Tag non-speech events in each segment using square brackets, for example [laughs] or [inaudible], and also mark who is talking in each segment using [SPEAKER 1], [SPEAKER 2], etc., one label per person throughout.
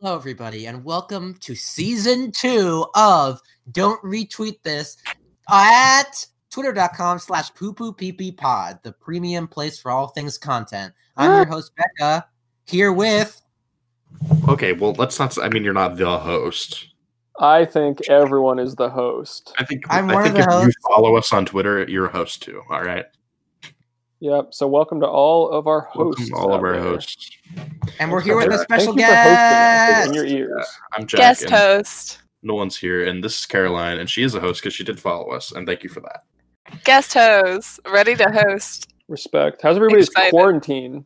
[SPEAKER 1] Hello, everybody, and welcome to season two of Don't Retweet This at twitter.com slash poo poo pee pee pod, the premium place for all things content. I'm
[SPEAKER 2] Ah.
[SPEAKER 1] your host, Becca, here with.
[SPEAKER 3] Okay, well, let's not. I mean, you're not the host.
[SPEAKER 2] I think everyone is the host.
[SPEAKER 3] I think
[SPEAKER 1] I'm
[SPEAKER 3] i
[SPEAKER 1] one of
[SPEAKER 3] think
[SPEAKER 1] the
[SPEAKER 3] if you
[SPEAKER 1] hosts.
[SPEAKER 3] follow us on Twitter, you're a host too. All right,
[SPEAKER 2] Yep. So welcome to all of our hosts.
[SPEAKER 3] welcome all of
[SPEAKER 2] out
[SPEAKER 3] our
[SPEAKER 2] there.
[SPEAKER 3] hosts.
[SPEAKER 1] And we're here with a
[SPEAKER 3] Thank
[SPEAKER 1] special
[SPEAKER 2] Thank you for hosting us
[SPEAKER 1] guest.
[SPEAKER 2] in your ears.
[SPEAKER 3] I'm Jack.
[SPEAKER 4] guest
[SPEAKER 3] and
[SPEAKER 4] host.
[SPEAKER 3] No one's here, and this is Caroline, and she is a host because she did follow us, and thank you for that.
[SPEAKER 4] Guest host. Ready to host.
[SPEAKER 2] Respect. How's everybody's
[SPEAKER 4] Excited.
[SPEAKER 2] quarantine?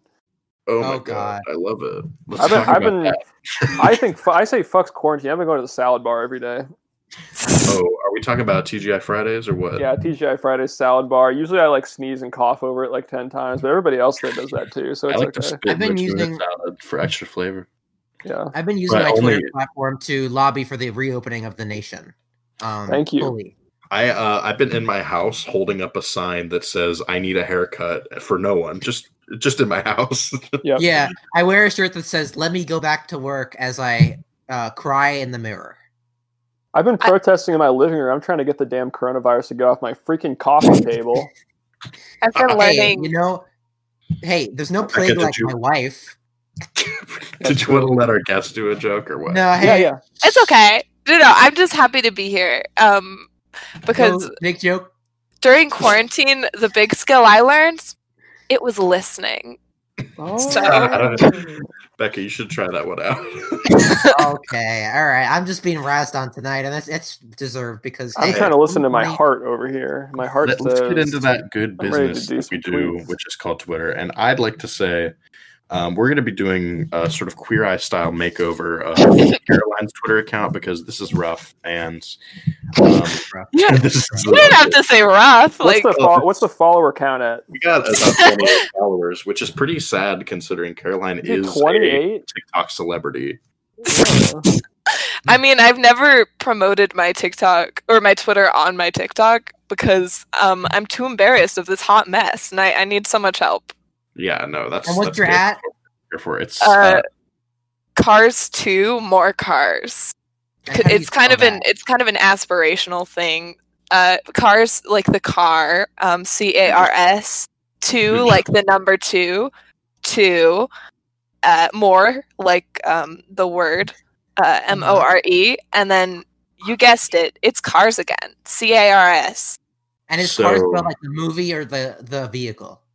[SPEAKER 3] Oh,
[SPEAKER 1] Oh,
[SPEAKER 3] my god. I love it. Let's
[SPEAKER 2] I've been,
[SPEAKER 3] talk
[SPEAKER 2] I've
[SPEAKER 3] about
[SPEAKER 2] been I think fu- I say fucks quarantine. I've been going to the salad bar every day.
[SPEAKER 3] that. Oh, are we talking about TGI Fridays or what?
[SPEAKER 2] Yeah, TGI Fridays salad bar. Usually I like sneeze and cough over it like ten times, but everybody else there does that too. So
[SPEAKER 3] I
[SPEAKER 2] it's
[SPEAKER 3] like to
[SPEAKER 2] okay.
[SPEAKER 3] spit
[SPEAKER 1] I've been
[SPEAKER 3] Richmond
[SPEAKER 1] using-
[SPEAKER 3] salad for extra flavor.
[SPEAKER 2] Yeah.
[SPEAKER 1] I've been using
[SPEAKER 3] Right,
[SPEAKER 1] my Twitter
[SPEAKER 3] only-
[SPEAKER 1] platform to lobby for the reopening of the nation. Um,
[SPEAKER 2] Thank you.
[SPEAKER 1] fully.
[SPEAKER 3] I uh, I've been in my house holding up a sign that says "I need a haircut" for no one, just just in my [laughs] house.
[SPEAKER 2] Yep.
[SPEAKER 1] Yeah, I wear a shirt that says, Let me go back to work as I uh, cry in the mirror.
[SPEAKER 2] I've been
[SPEAKER 4] I-
[SPEAKER 2] protesting in my living room. I'm trying to get the damn coronavirus to go off my freaking coffee table.
[SPEAKER 4] I've been
[SPEAKER 3] Hey,
[SPEAKER 1] Hey,
[SPEAKER 4] learning.
[SPEAKER 1] you know, hey, there's no
[SPEAKER 3] Becca,
[SPEAKER 1] plague
[SPEAKER 3] did
[SPEAKER 1] like
[SPEAKER 3] you-
[SPEAKER 1] my wife.
[SPEAKER 3] Did you want to let our guests do a joke or what?
[SPEAKER 1] No, [laughs] hey,
[SPEAKER 2] yeah, yeah.
[SPEAKER 4] it's okay. No, no. I'm just happy to be here. Um, because
[SPEAKER 1] no big joke.
[SPEAKER 4] during quarantine, the big skill I learned it was listening.
[SPEAKER 3] I
[SPEAKER 2] Oh.
[SPEAKER 3] Becca, you should try that one out. [laughs]
[SPEAKER 1] Okay, all right. I'm just being razzed on tonight, and that's it's deserved because
[SPEAKER 2] I'm
[SPEAKER 1] hey,
[SPEAKER 2] trying to listen to my
[SPEAKER 1] money-
[SPEAKER 2] heart over here. My heart
[SPEAKER 3] Let,
[SPEAKER 2] says,
[SPEAKER 3] us get into that good
[SPEAKER 2] I'm ready to
[SPEAKER 3] business
[SPEAKER 2] do
[SPEAKER 3] that we
[SPEAKER 2] some
[SPEAKER 3] do,
[SPEAKER 2] tweets.
[SPEAKER 3] which is called Twitter. And I'd like to say um, we're going to be doing a sort of queer eye style makeover of Caroline's Twitter account because this is rough. And um,
[SPEAKER 4] You don't-
[SPEAKER 3] this is
[SPEAKER 4] [laughs] you don't have to say rough.
[SPEAKER 2] What's
[SPEAKER 4] Like
[SPEAKER 2] the fo- what's the follower count at?
[SPEAKER 3] we got about 28 followers, which is pretty sad considering Caroline is
[SPEAKER 2] Twenty
[SPEAKER 3] a
[SPEAKER 2] eight.
[SPEAKER 3] TikTok celebrity.
[SPEAKER 4] [laughs] I mean, I've never promoted my TikTok or my Twitter on my TikTok because um, I'm too embarrassed of this hot mess, and I, I need so much help.
[SPEAKER 3] Yeah, no, that's
[SPEAKER 1] And what's
[SPEAKER 3] that's
[SPEAKER 1] your
[SPEAKER 3] good.
[SPEAKER 1] at?
[SPEAKER 3] Here for it. it's
[SPEAKER 4] Uh, Cars two, more cars.
[SPEAKER 1] and how do you
[SPEAKER 4] it's kind of
[SPEAKER 1] spell
[SPEAKER 4] an
[SPEAKER 1] that?
[SPEAKER 4] it's kind of an aspirational thing. Uh, cars like the car, um, C A R S two
[SPEAKER 1] Mm-hmm.
[SPEAKER 3] Mhm.
[SPEAKER 4] like the number two, two, uh, more like um, the word uh, M
[SPEAKER 1] Mm-hmm.
[SPEAKER 4] O R E, and then you guessed it, it's cars again, C A R S.
[SPEAKER 1] and is cars
[SPEAKER 3] so-
[SPEAKER 1] spelled like the movie or the the vehicle? [laughs]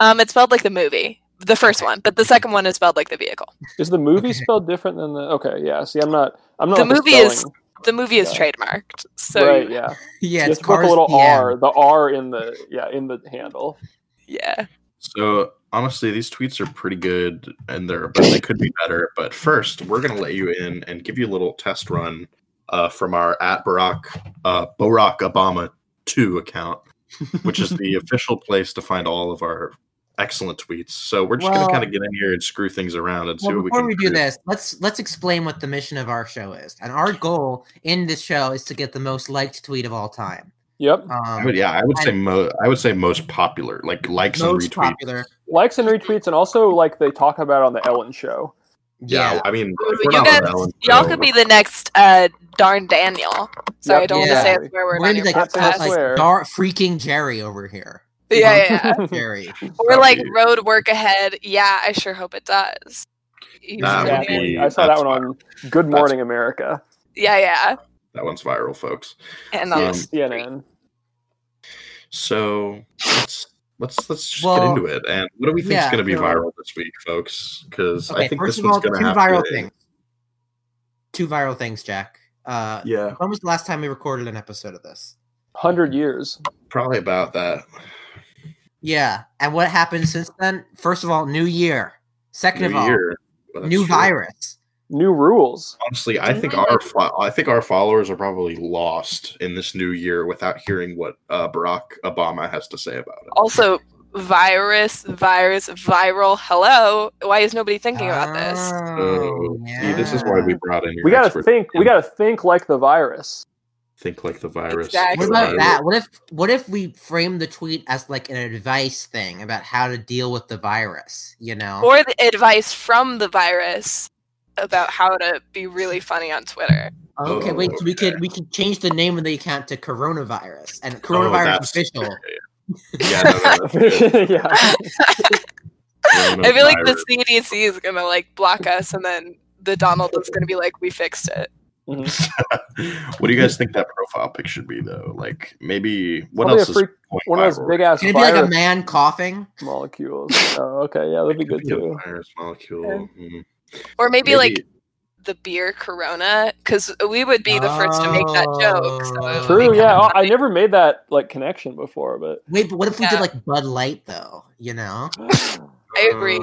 [SPEAKER 4] Um, it's spelled like the movie, the first
[SPEAKER 1] Okay.
[SPEAKER 4] one, but the second one is spelled like the vehicle.
[SPEAKER 2] Is the movie
[SPEAKER 1] Okay.
[SPEAKER 2] spelled different than the? Okay, yeah. See, I'm not. I'm not.
[SPEAKER 4] The
[SPEAKER 2] like the
[SPEAKER 4] movie is-
[SPEAKER 2] spelling.
[SPEAKER 4] The movie is
[SPEAKER 2] Yeah.
[SPEAKER 4] trademarked, so
[SPEAKER 2] right. Yeah.
[SPEAKER 1] Yeah,
[SPEAKER 2] you have
[SPEAKER 1] it's
[SPEAKER 2] to put
[SPEAKER 1] cars.
[SPEAKER 2] the little
[SPEAKER 1] PM.
[SPEAKER 2] R, the R in the yeah in the handle.
[SPEAKER 4] yeah.
[SPEAKER 3] So honestly, these tweets are pretty good, and they're but they could be better. But first, we're gonna let you in and give you a little test run uh, from our at Barack uh, Barack Obama two account, which is
[SPEAKER 1] [laughs]
[SPEAKER 3] the official place to find all of our excellent tweets. So we're just
[SPEAKER 1] Well-
[SPEAKER 3] gonna kind of get in here and screw things around and see
[SPEAKER 1] Well,
[SPEAKER 3] what we
[SPEAKER 1] before
[SPEAKER 3] can
[SPEAKER 1] we, do
[SPEAKER 3] produce.
[SPEAKER 1] this, let's let's explain what the mission of our show is. And our goal in this show is to get the most liked tweet of all time.
[SPEAKER 2] Yep.
[SPEAKER 3] I
[SPEAKER 1] Um,
[SPEAKER 3] would, yeah, I would say
[SPEAKER 1] I-
[SPEAKER 3] mo- I would say most popular, like likes and
[SPEAKER 1] most
[SPEAKER 3] retweets.
[SPEAKER 1] popular.
[SPEAKER 2] Likes and retweets, and also like they talk about on the Ellen show.
[SPEAKER 3] Yeah, I mean, if we're
[SPEAKER 4] you
[SPEAKER 3] not on
[SPEAKER 4] guys,
[SPEAKER 3] Ellen,
[SPEAKER 4] y'all
[SPEAKER 3] so-
[SPEAKER 4] could be the next uh, darn Daniel. Sorry, I
[SPEAKER 2] Yep,
[SPEAKER 4] don't
[SPEAKER 1] yeah.
[SPEAKER 4] want to say a swear word
[SPEAKER 1] We're gonna
[SPEAKER 4] on your
[SPEAKER 1] be like,
[SPEAKER 2] Can't say I
[SPEAKER 4] podcast.
[SPEAKER 1] like
[SPEAKER 2] swear.
[SPEAKER 1] dar- freaking Jerry over here.
[SPEAKER 4] [laughs]
[SPEAKER 3] [laughs]
[SPEAKER 4] yeah, yeah,
[SPEAKER 2] [laughs]
[SPEAKER 4] yeah.
[SPEAKER 1] Jerry.
[SPEAKER 4] We're like
[SPEAKER 3] That'd be-
[SPEAKER 4] road work ahead. Yeah, I sure hope it does. You
[SPEAKER 3] That would
[SPEAKER 4] idiot.
[SPEAKER 3] be-
[SPEAKER 2] I saw that
[SPEAKER 3] that's
[SPEAKER 2] one on Good
[SPEAKER 3] That's-
[SPEAKER 2] Morning America,
[SPEAKER 4] Yeah, yeah.
[SPEAKER 3] that one's viral, folks.
[SPEAKER 4] And
[SPEAKER 3] Um,
[SPEAKER 4] um,
[SPEAKER 2] CNN.
[SPEAKER 3] So let's let's let's just
[SPEAKER 1] Well,
[SPEAKER 3] get into it. And what do we think
[SPEAKER 1] yeah,
[SPEAKER 3] is going to be
[SPEAKER 1] so-
[SPEAKER 3] viral this week, folks? Because
[SPEAKER 1] Okay,
[SPEAKER 3] I think
[SPEAKER 1] first
[SPEAKER 3] this
[SPEAKER 1] of all,
[SPEAKER 3] one's
[SPEAKER 1] two
[SPEAKER 3] going to have
[SPEAKER 1] viral
[SPEAKER 3] to-
[SPEAKER 1] things. Two viral things, Jack. Uh,
[SPEAKER 3] Yeah,
[SPEAKER 1] when was the last time we recorded an episode of this?
[SPEAKER 2] Hundred years.
[SPEAKER 3] probably about that.
[SPEAKER 1] Yeah, and what happened since then? First of all, new year. Second
[SPEAKER 3] New
[SPEAKER 1] of all,
[SPEAKER 3] year, Well, that's
[SPEAKER 1] new
[SPEAKER 3] true.
[SPEAKER 1] virus.
[SPEAKER 2] New rules.
[SPEAKER 3] Honestly, I think our fo- I think our followers are probably lost in this new year without hearing what uh, Barack Obama has to say about it.
[SPEAKER 1] Oh,
[SPEAKER 4] also virus, virus, viral. Hello. Why is nobody thinking about this?
[SPEAKER 1] Oh,
[SPEAKER 3] So, Oh, see, this is why we brought in your
[SPEAKER 2] We gotta
[SPEAKER 3] expert.
[SPEAKER 2] think. We gotta think like the virus. [laughs]
[SPEAKER 3] think like the virus.
[SPEAKER 4] Exactly.
[SPEAKER 1] What about
[SPEAKER 4] Actually, I-
[SPEAKER 1] that? What if what if we frame the tweet as like an advice thing Ah. about how to deal with the virus? You know,
[SPEAKER 4] Or the advice from the virus. about how to be really funny on Twitter.
[SPEAKER 1] Okay, wait. so we could we could change the name of the account to coronavirus and coronavirus
[SPEAKER 3] that's-
[SPEAKER 1] official.
[SPEAKER 3] Yeah, no, no, [laughs] no.
[SPEAKER 2] yeah.
[SPEAKER 4] I feel like the CDC is gonna like block us, and then the Donald is gonna be like, "We fixed it."
[SPEAKER 3] Coronavirus. What do you guys think that profile pic should be though? Like maybe what
[SPEAKER 2] Probably
[SPEAKER 3] else
[SPEAKER 2] a
[SPEAKER 3] is
[SPEAKER 2] freak-
[SPEAKER 3] going
[SPEAKER 2] One of those
[SPEAKER 3] viral?
[SPEAKER 2] big ass
[SPEAKER 1] Can it be like a
[SPEAKER 2] virus
[SPEAKER 1] man coughing?
[SPEAKER 2] molecules. Oh, okay, yeah, that'd be good
[SPEAKER 1] [laughs]
[SPEAKER 3] Yeah,
[SPEAKER 2] too.
[SPEAKER 3] virus molecule. mm.
[SPEAKER 4] Or maybe, like the beer Corona, because we would be the first to make that joke. So it would
[SPEAKER 1] Oh,
[SPEAKER 2] True,
[SPEAKER 4] be
[SPEAKER 2] yeah.
[SPEAKER 4] kinda
[SPEAKER 2] oh, I
[SPEAKER 4] funny.
[SPEAKER 2] never made that like connection before, but
[SPEAKER 1] Wait, but what if we did
[SPEAKER 4] Yeah.
[SPEAKER 1] like Bud Light though? You know?
[SPEAKER 4] I agree,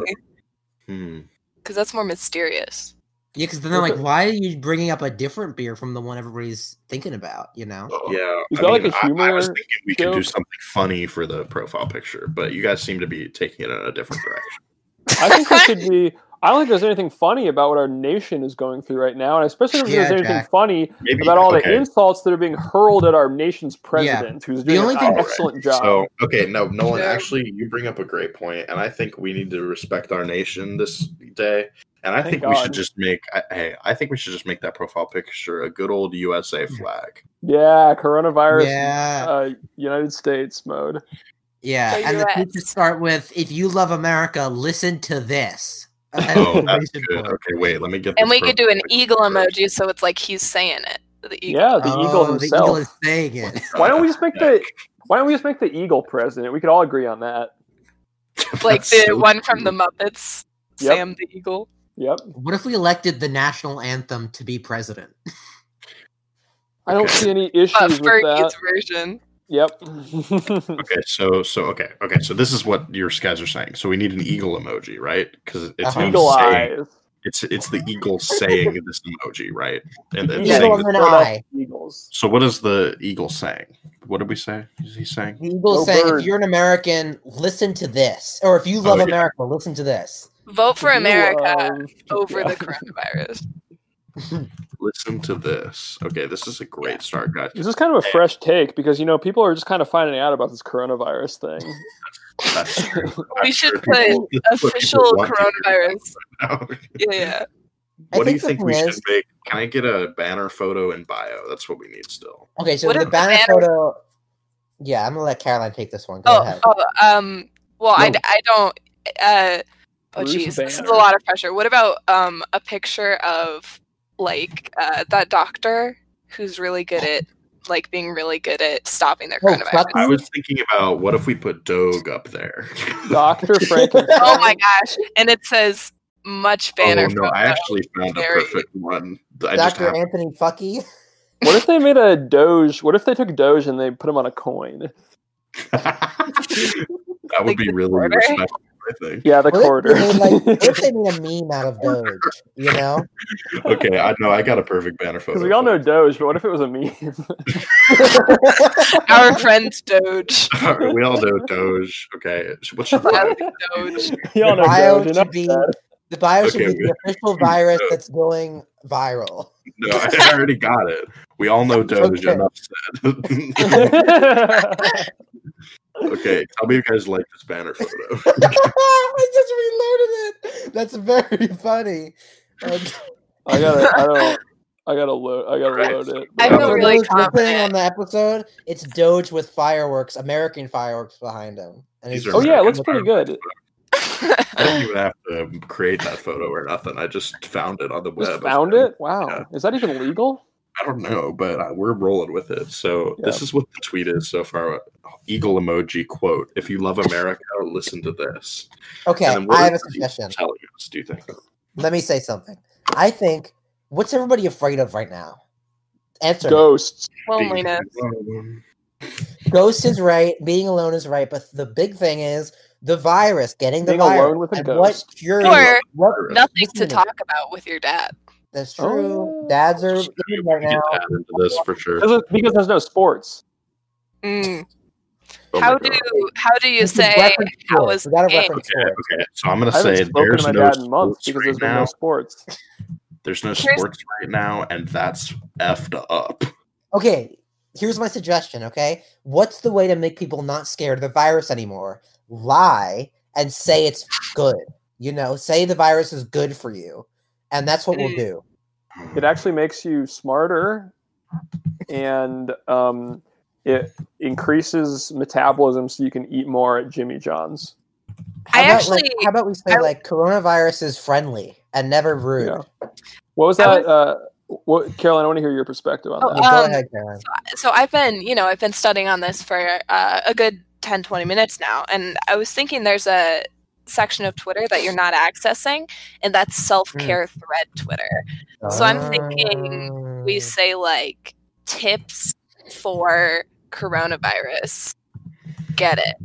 [SPEAKER 3] Hmm.
[SPEAKER 4] because that's more mysterious.
[SPEAKER 1] Yeah, because then I'm like,
[SPEAKER 2] Okay.
[SPEAKER 1] why are you bringing up a different beer from the one everybody's thinking about? You know?
[SPEAKER 3] Yeah,
[SPEAKER 2] Is
[SPEAKER 3] I
[SPEAKER 2] that like
[SPEAKER 3] mean,
[SPEAKER 2] a
[SPEAKER 3] I- I, was
[SPEAKER 2] humor
[SPEAKER 3] thinking we could do
[SPEAKER 2] joke?
[SPEAKER 3] something funny for the profile picture, but you guys seem to be taking it in a different direction.
[SPEAKER 2] I think this could be. I don't think there's anything funny about what our nation is going through right now, and especially if
[SPEAKER 1] Yeah,
[SPEAKER 2] there's anything
[SPEAKER 1] Jack.
[SPEAKER 2] funny
[SPEAKER 3] Maybe
[SPEAKER 2] about all the
[SPEAKER 3] okay,
[SPEAKER 2] insults that are being hurled at our nation's president, who's doing
[SPEAKER 1] only
[SPEAKER 2] an
[SPEAKER 1] thing-
[SPEAKER 2] excellent job.
[SPEAKER 3] So okay, no, Nolan.
[SPEAKER 4] Yeah.
[SPEAKER 3] Actually, you bring up a great point, and I think we need to respect our nation this day. And I
[SPEAKER 2] Thank
[SPEAKER 3] think we should
[SPEAKER 2] God.
[SPEAKER 3] just make. I, hey, I think we should just make that profile picture a good old USA
[SPEAKER 2] Hmm.
[SPEAKER 3] flag.
[SPEAKER 2] yeah, coronavirus,
[SPEAKER 1] Yeah.
[SPEAKER 2] uh, United States mode.
[SPEAKER 1] Yeah,
[SPEAKER 4] The
[SPEAKER 1] and the
[SPEAKER 4] US.
[SPEAKER 1] tweets just start with "If you love America, listen to this." [laughs]
[SPEAKER 3] Oh, that's
[SPEAKER 1] Exclamation
[SPEAKER 3] good.
[SPEAKER 1] point.
[SPEAKER 3] Okay, wait, let me get.
[SPEAKER 4] [laughs] And
[SPEAKER 3] this
[SPEAKER 4] we could do
[SPEAKER 2] [laughs]
[SPEAKER 3] profile
[SPEAKER 4] an
[SPEAKER 3] picture
[SPEAKER 4] eagle
[SPEAKER 3] first.
[SPEAKER 4] emoji, so it's like he's saying it. The eagle.
[SPEAKER 2] Yeah, the eagle
[SPEAKER 1] Oh,
[SPEAKER 2] himself.
[SPEAKER 1] is saying it.
[SPEAKER 2] Why don't we just make the Why don't we just make the eagle president? We could all agree on that.
[SPEAKER 4] like
[SPEAKER 3] That's
[SPEAKER 4] the
[SPEAKER 3] so
[SPEAKER 4] one from the
[SPEAKER 3] cute.
[SPEAKER 4] Muppets,
[SPEAKER 2] Yep.
[SPEAKER 4] Sam the Eagle.
[SPEAKER 2] Yep.
[SPEAKER 1] What if we elected the national anthem to be president?
[SPEAKER 2] I don't
[SPEAKER 3] Okay.
[SPEAKER 2] see any issues
[SPEAKER 4] But
[SPEAKER 2] with
[SPEAKER 4] for his
[SPEAKER 2] that.
[SPEAKER 4] version,
[SPEAKER 2] Yep.
[SPEAKER 3] Okay, so so okay, okay, so this is what your guys are saying. So we need an eagle emoji, right? Because it's
[SPEAKER 1] Uh-huh.
[SPEAKER 3] him
[SPEAKER 2] eagle
[SPEAKER 3] saying-
[SPEAKER 2] eyes.
[SPEAKER 3] It's it's the eagle saying
[SPEAKER 1] [laughs]
[SPEAKER 3] this emoji, right? And, and
[SPEAKER 1] Yeah.
[SPEAKER 3] saying
[SPEAKER 1] Eagle
[SPEAKER 3] this-
[SPEAKER 1] and an
[SPEAKER 2] Well, that's
[SPEAKER 1] eye.
[SPEAKER 2] Eagles.
[SPEAKER 3] so what is the eagle saying? What did we say? Is he saying?
[SPEAKER 1] The eagle
[SPEAKER 2] Go
[SPEAKER 1] saying,
[SPEAKER 2] bird.
[SPEAKER 1] "If you're an American, listen to this," or "If you love
[SPEAKER 3] yeah.
[SPEAKER 1] America, listen to
[SPEAKER 3] [laughs]
[SPEAKER 1] this."
[SPEAKER 4] vote for
[SPEAKER 2] You,
[SPEAKER 4] America
[SPEAKER 2] um,
[SPEAKER 4] over
[SPEAKER 2] yeah.
[SPEAKER 4] the coronavirus.
[SPEAKER 3] Listen to this. Okay, this is a great start, guys.
[SPEAKER 2] This is kind of a fresh take because you know people are just kind of finding out about this coronavirus thing.
[SPEAKER 3] [laughs] That's true. [laughs]
[SPEAKER 4] We
[SPEAKER 3] That's true.
[SPEAKER 4] should put
[SPEAKER 3] People- that's what people
[SPEAKER 4] Official
[SPEAKER 3] want to
[SPEAKER 4] coronavirus.
[SPEAKER 3] [laughs] know.
[SPEAKER 4] Yeah, yeah.
[SPEAKER 1] I
[SPEAKER 3] What do you
[SPEAKER 1] the
[SPEAKER 3] think we
[SPEAKER 1] thing
[SPEAKER 3] should
[SPEAKER 1] is-
[SPEAKER 3] make? Can I get a banner photo and bio? That's what we need still.
[SPEAKER 1] Okay, so
[SPEAKER 4] What
[SPEAKER 1] the
[SPEAKER 4] if the
[SPEAKER 1] banner,
[SPEAKER 4] banner-
[SPEAKER 1] photo. Yeah, I'm gonna let Caroline take this one. Go
[SPEAKER 4] Oh,
[SPEAKER 1] ahead.
[SPEAKER 4] oh, um. Well, I,
[SPEAKER 2] No.
[SPEAKER 4] I don't. Uh, oh,
[SPEAKER 2] Bruce
[SPEAKER 4] jeez, this is a
[SPEAKER 2] Banner.
[SPEAKER 4] lot of pressure. What about um a picture of like uh, that doctor who's really good at like being really good at stopping their
[SPEAKER 1] Oh,
[SPEAKER 4] coronavirus?
[SPEAKER 1] fuck.
[SPEAKER 3] I was thinking about what if we put Doge up there?
[SPEAKER 2] Doctor Frankenstein.
[SPEAKER 4] [laughs] oh my gosh! And it says much banner.
[SPEAKER 3] [laughs] oh no,
[SPEAKER 4] photo.
[SPEAKER 3] I actually found a
[SPEAKER 4] Very-
[SPEAKER 3] perfect one. I just
[SPEAKER 1] Doctor
[SPEAKER 3] have
[SPEAKER 1] Anthony Fucky.
[SPEAKER 2] What if they made a Doge? What if they took Doge and they put him on a coin? [laughs]
[SPEAKER 3] that would
[SPEAKER 4] Like
[SPEAKER 3] be
[SPEAKER 4] the
[SPEAKER 3] really
[SPEAKER 4] quarter?
[SPEAKER 3] respectful, I think.
[SPEAKER 2] Yeah, the
[SPEAKER 1] What
[SPEAKER 2] quarter.
[SPEAKER 1] if they made, like,
[SPEAKER 2] [laughs]
[SPEAKER 1] what if they
[SPEAKER 3] [laughs]
[SPEAKER 1] made a meme out of Doge? You know,
[SPEAKER 3] Okay, I know I got a perfect
[SPEAKER 2] [laughs]
[SPEAKER 3] banner photo.
[SPEAKER 2] Because we all
[SPEAKER 3] for
[SPEAKER 2] know Doge, but what if it was a meme? [laughs]
[SPEAKER 4] [laughs] Our friend Doge.
[SPEAKER 3] it. we [laughs] all know Doge. Okay, so what
[SPEAKER 2] [laughs]
[SPEAKER 3] should I do? [laughs]
[SPEAKER 4] Doge.
[SPEAKER 2] we all know
[SPEAKER 1] bio
[SPEAKER 2] Doge.
[SPEAKER 1] should
[SPEAKER 2] enough of [laughs]
[SPEAKER 1] be
[SPEAKER 2] that.
[SPEAKER 1] the bio should
[SPEAKER 3] Okay,
[SPEAKER 1] be the official virus that's going viral. [laughs]
[SPEAKER 3] No, I [laughs] already got it. We all know Doge.
[SPEAKER 1] Okay.
[SPEAKER 3] Enough said. [laughs] okay, tell me if you guys like this banner photo. [laughs]
[SPEAKER 1] I just reloaded it. That's very
[SPEAKER 3] [laughs]
[SPEAKER 1] funny. Okay.
[SPEAKER 2] I gotta, I don't, I gotta load, I gotta
[SPEAKER 3] Right.
[SPEAKER 2] load it.
[SPEAKER 4] I
[SPEAKER 3] feel
[SPEAKER 1] For
[SPEAKER 4] really
[SPEAKER 1] those listening
[SPEAKER 4] confident.
[SPEAKER 1] on the episode, it's Doge with fireworks, American fireworks behind him. And
[SPEAKER 3] These
[SPEAKER 1] he's
[SPEAKER 3] are
[SPEAKER 2] Oh yeah, it
[SPEAKER 3] American
[SPEAKER 2] looks pretty good.
[SPEAKER 3] I didn't even have to create that photo or nothing. I just found it on the web.
[SPEAKER 2] Just found it. Wow,
[SPEAKER 3] Uh, Yeah.
[SPEAKER 2] is that even legal?
[SPEAKER 3] I don't know, but uh, we're rolling with it. So this is what the tweet is so far. Eagle emoji quote: "If you love America, listen to this."
[SPEAKER 1] okay,
[SPEAKER 3] And then what
[SPEAKER 1] I have a
[SPEAKER 3] is the
[SPEAKER 1] suggestion.
[SPEAKER 3] Telling us, do you think?
[SPEAKER 1] Let me say something. I think what's everybody afraid of right now? Answer. me.
[SPEAKER 2] Ghosts.
[SPEAKER 4] Loneliness.
[SPEAKER 1] Ghost is right. Being alone is right. But the big thing is the virus, getting the
[SPEAKER 2] Being
[SPEAKER 1] virus.
[SPEAKER 2] alone with a
[SPEAKER 1] and
[SPEAKER 2] ghost.
[SPEAKER 1] What cure?
[SPEAKER 4] Or
[SPEAKER 1] what,
[SPEAKER 4] nothing to
[SPEAKER 1] Listen.
[SPEAKER 4] talk about with your dad.
[SPEAKER 1] that's
[SPEAKER 2] Oh,
[SPEAKER 1] true.
[SPEAKER 2] yeah.
[SPEAKER 1] Dads are
[SPEAKER 3] Just
[SPEAKER 1] in
[SPEAKER 3] Get
[SPEAKER 1] right now.
[SPEAKER 3] that into this for sure.
[SPEAKER 2] Because because there's no sports.
[SPEAKER 4] Mm.
[SPEAKER 3] Oh my
[SPEAKER 4] how
[SPEAKER 3] God.
[SPEAKER 4] do how do you
[SPEAKER 1] This is
[SPEAKER 4] say
[SPEAKER 1] reference
[SPEAKER 4] how
[SPEAKER 1] to it.
[SPEAKER 4] was
[SPEAKER 1] we gotta
[SPEAKER 4] the game?
[SPEAKER 1] reference
[SPEAKER 3] Okay,
[SPEAKER 1] to it.
[SPEAKER 3] okay. So I'm gonna
[SPEAKER 2] I haven't
[SPEAKER 3] say
[SPEAKER 2] spoken to
[SPEAKER 3] there's
[SPEAKER 2] my
[SPEAKER 3] no
[SPEAKER 2] dad in months
[SPEAKER 3] sports
[SPEAKER 2] because
[SPEAKER 3] right
[SPEAKER 2] there's been
[SPEAKER 3] now.
[SPEAKER 2] no sports.
[SPEAKER 3] There's no
[SPEAKER 4] Here's-
[SPEAKER 3] sports right now, and that's effed up.
[SPEAKER 1] Okay, here's my suggestion. Okay, what's the way to make people not scared of the virus anymore? Lie and say it's good. You know, say the virus is good for you, and that's what
[SPEAKER 4] Mm.
[SPEAKER 1] we'll do.
[SPEAKER 2] It actually makes you smarter, and um, it increases metabolism so you can eat more at Jimmy John's.
[SPEAKER 1] How
[SPEAKER 4] I
[SPEAKER 1] about,
[SPEAKER 4] actually-
[SPEAKER 1] like, how about we say
[SPEAKER 4] I-
[SPEAKER 1] like coronavirus is friendly and never rude?
[SPEAKER 2] Yeah. What was
[SPEAKER 4] I
[SPEAKER 2] that? Uh, what, Caroline, I want to hear your perspective on
[SPEAKER 4] Oh,
[SPEAKER 2] that.
[SPEAKER 1] Yeah, go
[SPEAKER 4] Um,
[SPEAKER 1] ahead, Karen.
[SPEAKER 4] so i've been you know i've been studying on this for uh, a good 10 20 minutes now and i was thinking there's a section of twitter that you're not accessing and that's self-care thread twitter so I'm thinking
[SPEAKER 1] Oh. Mm.
[SPEAKER 4] we say like tips for coronavirus get it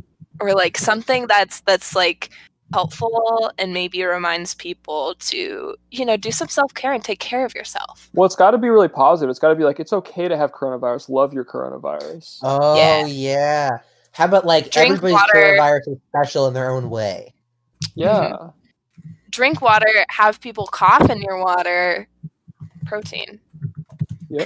[SPEAKER 4] or like something that's that's like helpful and maybe reminds people to you know do some self-care and take care of yourself
[SPEAKER 2] Well, it's got to be really positive. It's got to be like it's okay to have coronavirus. Love your coronavirus.
[SPEAKER 4] Uh,
[SPEAKER 1] Oh yeah.
[SPEAKER 4] Yeah.
[SPEAKER 1] How about like
[SPEAKER 4] Drink
[SPEAKER 1] everybody's
[SPEAKER 4] water.
[SPEAKER 1] coronavirus is special in their own way?
[SPEAKER 2] yeah.
[SPEAKER 4] drink water have people cough in your water protein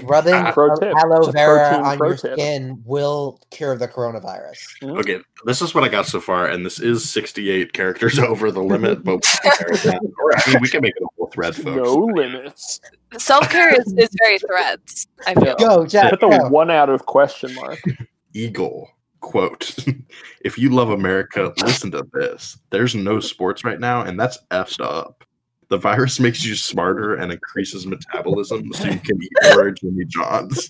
[SPEAKER 1] Rubbing
[SPEAKER 3] Ah,
[SPEAKER 2] pro
[SPEAKER 1] a-
[SPEAKER 2] tip. It's
[SPEAKER 1] aloe
[SPEAKER 2] a
[SPEAKER 1] vera
[SPEAKER 2] protein
[SPEAKER 1] on
[SPEAKER 2] pro
[SPEAKER 1] your
[SPEAKER 2] tip.
[SPEAKER 1] skin will cure the coronavirus.
[SPEAKER 2] Hmm?
[SPEAKER 3] Okay, this is what I got so far, and this is 68 characters [laughs] over the limit, but we can carry it down. Or, I mean, we can make it a whole thread, [laughs] folks.
[SPEAKER 2] No limits.
[SPEAKER 4] self-care is, [laughs] is very threads i feel
[SPEAKER 1] Go, Jack.
[SPEAKER 2] Put the
[SPEAKER 1] Go.
[SPEAKER 2] one out of question mark.
[SPEAKER 3] [laughs] Eagle quote [laughs] if you love america listen to this there's no sports right now and that's effed up the virus makes you smarter and increases metabolism so you can eat more jimmy john's [laughs]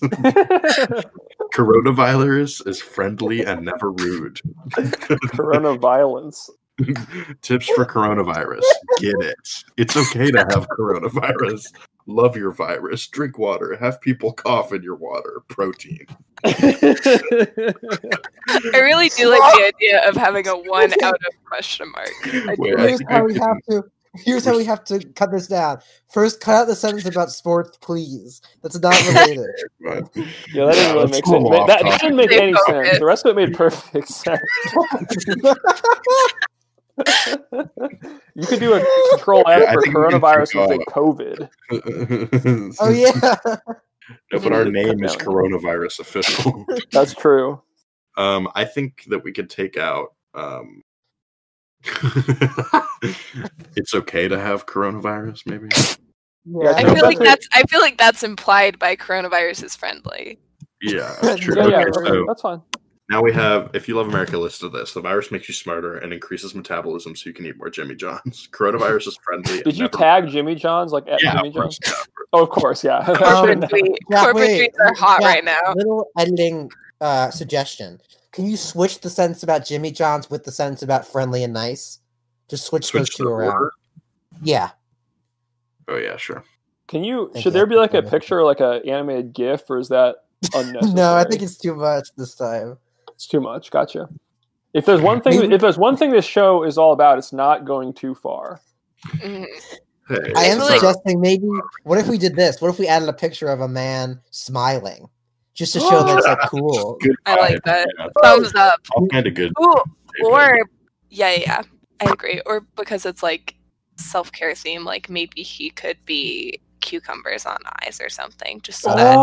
[SPEAKER 3] coronavirus is friendly and never rude
[SPEAKER 2] Corona
[SPEAKER 1] [laughs]
[SPEAKER 2] [laughs] violence.
[SPEAKER 3] tips for coronavirus get it it's okay to have coronavirus love your virus drink water have people cough in your water protein
[SPEAKER 4] I really do like the idea of having a [laughs] one out of question mark.
[SPEAKER 3] Wait, I
[SPEAKER 1] Here's
[SPEAKER 3] think I
[SPEAKER 1] how we
[SPEAKER 3] can-
[SPEAKER 1] have to. Here's how we have to cut this down. First, cut out the sentence about sports, please. That's not related.
[SPEAKER 3] Right.
[SPEAKER 2] Yeah, that didn't
[SPEAKER 3] Wow,
[SPEAKER 2] really
[SPEAKER 3] that's
[SPEAKER 2] make
[SPEAKER 3] a
[SPEAKER 2] sense.
[SPEAKER 3] little off
[SPEAKER 2] That, that
[SPEAKER 3] topic.
[SPEAKER 2] didn't make any
[SPEAKER 4] Okay.
[SPEAKER 2] sense. The rest of it made perfect [laughs] sense. You could do a control
[SPEAKER 3] Yeah,
[SPEAKER 2] F
[SPEAKER 3] I
[SPEAKER 2] for
[SPEAKER 3] think we can
[SPEAKER 2] coronavirus
[SPEAKER 3] figure
[SPEAKER 2] and say
[SPEAKER 3] out-
[SPEAKER 2] COVID.
[SPEAKER 3] [laughs]
[SPEAKER 1] oh [laughs] yeah,
[SPEAKER 3] No, but our
[SPEAKER 2] Mhm.
[SPEAKER 3] name is
[SPEAKER 2] Definitely. [laughs]
[SPEAKER 3] coronavirus official.
[SPEAKER 2] That's true.
[SPEAKER 3] um, I think that we could take out.
[SPEAKER 2] [laughs]
[SPEAKER 3] Um, it's okay to have coronavirus, maybe.
[SPEAKER 1] yeah.
[SPEAKER 4] I
[SPEAKER 2] No,
[SPEAKER 4] feel like
[SPEAKER 2] that's-
[SPEAKER 4] that's I feel like that's implied by coronavirus is friendly.
[SPEAKER 2] [laughs]
[SPEAKER 3] Yeah,
[SPEAKER 1] Sure,
[SPEAKER 3] true.
[SPEAKER 2] Yeah, yeah,
[SPEAKER 3] okay, so
[SPEAKER 2] that's fine.
[SPEAKER 3] now we have. If you love America, listen to this. The virus makes you smarter and increases metabolism, so you can eat more Jimmy Johns. [laughs] Coronavirus is friendly. and
[SPEAKER 2] Did you
[SPEAKER 3] never-
[SPEAKER 2] tag Jimmy John's like at
[SPEAKER 3] Yeah,
[SPEAKER 2] Jimmy
[SPEAKER 3] of course,
[SPEAKER 2] John's?
[SPEAKER 3] yeah.
[SPEAKER 2] Oh, of course, yeah.
[SPEAKER 1] Um,
[SPEAKER 4] Corporate tweet,
[SPEAKER 1] yeah,
[SPEAKER 4] corporate
[SPEAKER 1] wait,
[SPEAKER 4] tweets are hot
[SPEAKER 1] yeah.
[SPEAKER 4] right now.
[SPEAKER 1] Little editing uh, suggestion. Can you switch the sentence about Jimmy John's with the sentence about friendly and nice? Just switch, those
[SPEAKER 3] Switch
[SPEAKER 1] two
[SPEAKER 3] the
[SPEAKER 1] around.
[SPEAKER 3] order.
[SPEAKER 1] Yeah.
[SPEAKER 3] Oh yeah, sure.
[SPEAKER 2] [laughs] Can you?
[SPEAKER 1] Thank
[SPEAKER 2] Should
[SPEAKER 1] you.
[SPEAKER 2] there be like a
[SPEAKER 1] Thank you.
[SPEAKER 2] picture, or like a animated GIF, or is that
[SPEAKER 1] [laughs]
[SPEAKER 2] unnecessary?
[SPEAKER 1] No, I think it's too much this time.
[SPEAKER 2] it's too much. Gotcha. If there's one thing,
[SPEAKER 1] Maybe-
[SPEAKER 2] if there's one thing this show is all about, it's not going too far.
[SPEAKER 4] Mhm.
[SPEAKER 3] Hey,
[SPEAKER 1] I am
[SPEAKER 4] It's like-
[SPEAKER 1] suggesting maybe. What if we did this? What if we added a picture of a man smiling, just to show that it's like cool?
[SPEAKER 3] good
[SPEAKER 4] I like
[SPEAKER 3] vibe,
[SPEAKER 4] that.
[SPEAKER 3] yeah.
[SPEAKER 4] Thumbs up.
[SPEAKER 3] All kind of good.
[SPEAKER 4] Ooh, or yeah, yeah, yeah. I agree. Or because it's like self care theme, like maybe he could be cucumbers on eyes or something, just so that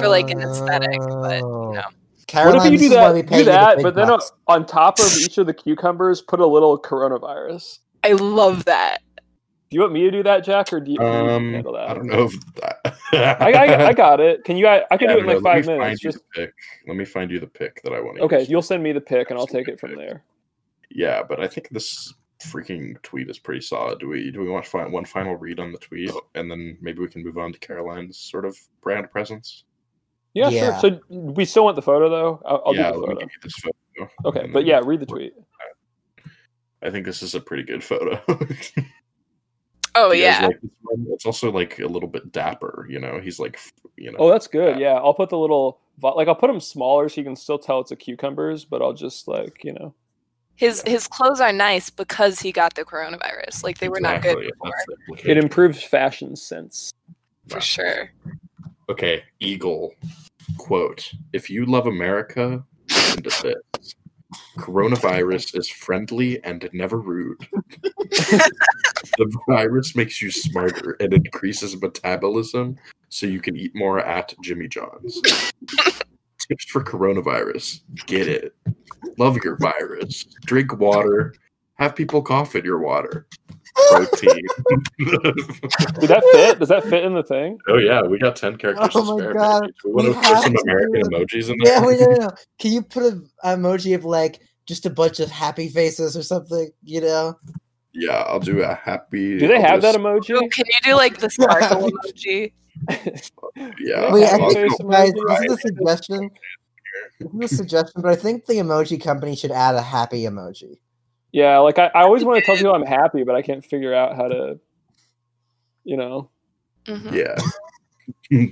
[SPEAKER 4] for, like, an aesthetic, but,
[SPEAKER 1] Oh.
[SPEAKER 4] know.
[SPEAKER 1] Caroline,
[SPEAKER 2] what if you do
[SPEAKER 1] this is why we
[SPEAKER 2] that?
[SPEAKER 1] pay
[SPEAKER 2] Do
[SPEAKER 1] you the
[SPEAKER 2] that,
[SPEAKER 1] big
[SPEAKER 2] but then on,
[SPEAKER 1] bucks.
[SPEAKER 2] on top of each of the cucumbers, put a little coronavirus.
[SPEAKER 4] I love that.
[SPEAKER 2] Do you want me to do that, Jack, or do you, or you can
[SPEAKER 3] Um,
[SPEAKER 2] handle that?
[SPEAKER 3] I don't know if that.
[SPEAKER 2] I,
[SPEAKER 3] [laughs]
[SPEAKER 2] I, I got it. Can you? I, I can do it in like five
[SPEAKER 3] let me
[SPEAKER 2] minutes.
[SPEAKER 3] Find you
[SPEAKER 2] Just
[SPEAKER 3] the pick. Let me find you the pick that I want.
[SPEAKER 2] okay. You'll send me the pick, and I'll take it from there.
[SPEAKER 3] Yeah, but I think this freaking tweet is pretty solid. Do we do we want to find one final read on the tweet, and then maybe we can move on to Caroline's sort of brand presence?
[SPEAKER 2] Yeah,
[SPEAKER 1] Yeah.
[SPEAKER 2] sure. So we still want the photo though. I'll, I'll
[SPEAKER 3] yeah,
[SPEAKER 2] do the
[SPEAKER 3] let me
[SPEAKER 2] photo.
[SPEAKER 3] get this photo.
[SPEAKER 2] Okay,
[SPEAKER 3] and
[SPEAKER 2] but
[SPEAKER 3] then-
[SPEAKER 2] yeah, read the tweet.
[SPEAKER 3] I think this is a pretty good photo. [laughs]
[SPEAKER 4] Oh
[SPEAKER 3] You guys
[SPEAKER 4] yeah.
[SPEAKER 3] like this one? it's also like a little bit dapper. You know, he's like, f- you know,
[SPEAKER 2] Oh, that's good. Yeah, I'll put the little vo- like I'll put them smaller so you can still tell it's a cucumbers, but I'll just like you know.
[SPEAKER 4] His his clothes are nice because he got the coronavirus. Like they were not good
[SPEAKER 3] exactly,
[SPEAKER 4] before,
[SPEAKER 3] that's the
[SPEAKER 2] It
[SPEAKER 3] implication.
[SPEAKER 2] improves fashion sense.
[SPEAKER 4] for sure.
[SPEAKER 3] Okay, Eagle. Quote If you love America, listen to this. Coronavirus is friendly and never rude. the virus makes you smarter and increases metabolism so you can eat more at Jimmy John's. Tips for coronavirus get it. Love your virus. Drink water. Have people cough in your water.
[SPEAKER 2] [laughs]
[SPEAKER 4] [laughs]
[SPEAKER 3] protein. [laughs]
[SPEAKER 2] Did that fit? Does that fit in the thing?
[SPEAKER 3] oh yeah, we got ten characters.
[SPEAKER 1] Oh my
[SPEAKER 3] to spare,
[SPEAKER 1] God,
[SPEAKER 3] baby. Do We
[SPEAKER 1] we
[SPEAKER 3] want to put
[SPEAKER 1] have
[SPEAKER 3] some
[SPEAKER 1] to
[SPEAKER 3] American
[SPEAKER 1] do
[SPEAKER 3] emojis in there.
[SPEAKER 1] Yeah, wait, no, no, no. Can you put an emoji of like just a bunch of happy faces or something? You know,
[SPEAKER 3] Yeah, I'll do a happy.
[SPEAKER 2] Do they
[SPEAKER 3] I'll
[SPEAKER 2] have
[SPEAKER 3] do a
[SPEAKER 2] that emoji?
[SPEAKER 4] Ooh, can you do like the sparkle emoji?
[SPEAKER 3] s- Yeah,
[SPEAKER 1] Wait,
[SPEAKER 2] happy
[SPEAKER 1] I
[SPEAKER 3] I'll do-
[SPEAKER 2] face
[SPEAKER 1] think,
[SPEAKER 2] emoji,
[SPEAKER 1] guys, this
[SPEAKER 3] right?
[SPEAKER 1] is a suggestion. This is a suggestion, but I think the emoji company should add a happy emoji.
[SPEAKER 2] Yeah, like I, I always want to tell people I'm happy, but I can't figure out how to, you know,
[SPEAKER 4] Mhm.
[SPEAKER 1] [laughs]
[SPEAKER 3] yeah.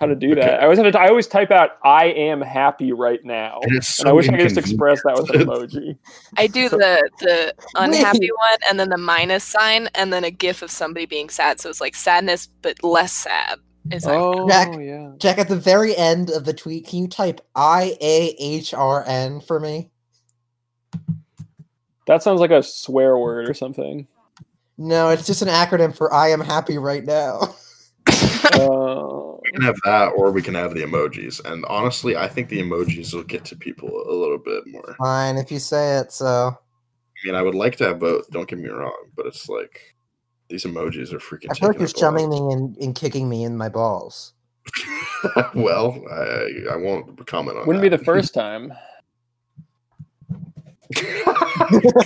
[SPEAKER 2] how to do
[SPEAKER 3] Okay.
[SPEAKER 2] that. I always have to. I always type out "I am happy right now,"
[SPEAKER 3] And it's
[SPEAKER 2] and I
[SPEAKER 3] so
[SPEAKER 2] wish I could just
[SPEAKER 3] inconvenient.
[SPEAKER 2] express that with an
[SPEAKER 3] [laughs]
[SPEAKER 2] emoji.
[SPEAKER 4] I do
[SPEAKER 2] So-
[SPEAKER 4] the the unhappy
[SPEAKER 1] Wait.
[SPEAKER 4] one, and then the minus sign, and then a gif of somebody being sad. So it's like sadness, but less sad. Is like,
[SPEAKER 2] Oh
[SPEAKER 1] Jack-
[SPEAKER 2] yeah.
[SPEAKER 1] Jack, at the very end of the tweet, can you type I A H R N for me?
[SPEAKER 2] That sounds like a swear word or something.
[SPEAKER 3] [laughs]
[SPEAKER 1] No, it's just an acronym for I am happy right now. [laughs]
[SPEAKER 2] Uh,
[SPEAKER 3] We can have that, or we can have the emojis. And honestly, I think the emojis will get to people a little bit more. I
[SPEAKER 1] Fine, if you say it, so.
[SPEAKER 3] mean, I would like to have both. Don't get me wrong, but it's like these emojis are freaking.
[SPEAKER 1] I feel like
[SPEAKER 3] taking
[SPEAKER 1] you're
[SPEAKER 3] up a
[SPEAKER 1] chumming
[SPEAKER 3] lot.
[SPEAKER 1] me and, and kicking me in my balls.
[SPEAKER 3] [laughs] well, I I won't comment on.
[SPEAKER 2] wouldn't be the first
[SPEAKER 3] [laughs]
[SPEAKER 2] time.
[SPEAKER 3] the.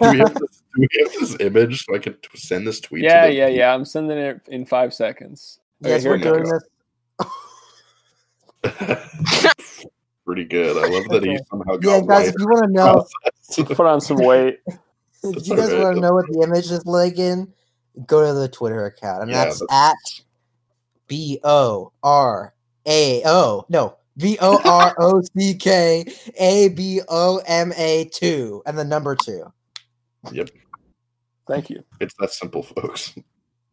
[SPEAKER 3] [laughs] do, we have this, do we have this image so I could t- send this tweet?
[SPEAKER 2] Yeah,
[SPEAKER 3] to the-
[SPEAKER 2] yeah, yeah. I'm sending it in five
[SPEAKER 3] [laughs]
[SPEAKER 2] seconds. Okay,
[SPEAKER 1] Yes,
[SPEAKER 2] here
[SPEAKER 1] we're
[SPEAKER 2] we go.
[SPEAKER 1] doing this.
[SPEAKER 3] Pretty good. I love that he
[SPEAKER 2] Okay.
[SPEAKER 3] somehow got
[SPEAKER 1] Yeah, guys, if you want to know,
[SPEAKER 2] Put on some weight.
[SPEAKER 1] if
[SPEAKER 3] Oh, That's
[SPEAKER 1] you guys want
[SPEAKER 3] alright,
[SPEAKER 1] to
[SPEAKER 3] that's
[SPEAKER 1] know what the image is like in, go to the Twitter account, and
[SPEAKER 3] Yeah,
[SPEAKER 1] that's at b o r a o no b o r o c k a b o m a two and the number two.
[SPEAKER 2] Thank you.
[SPEAKER 3] It's that simple, folks.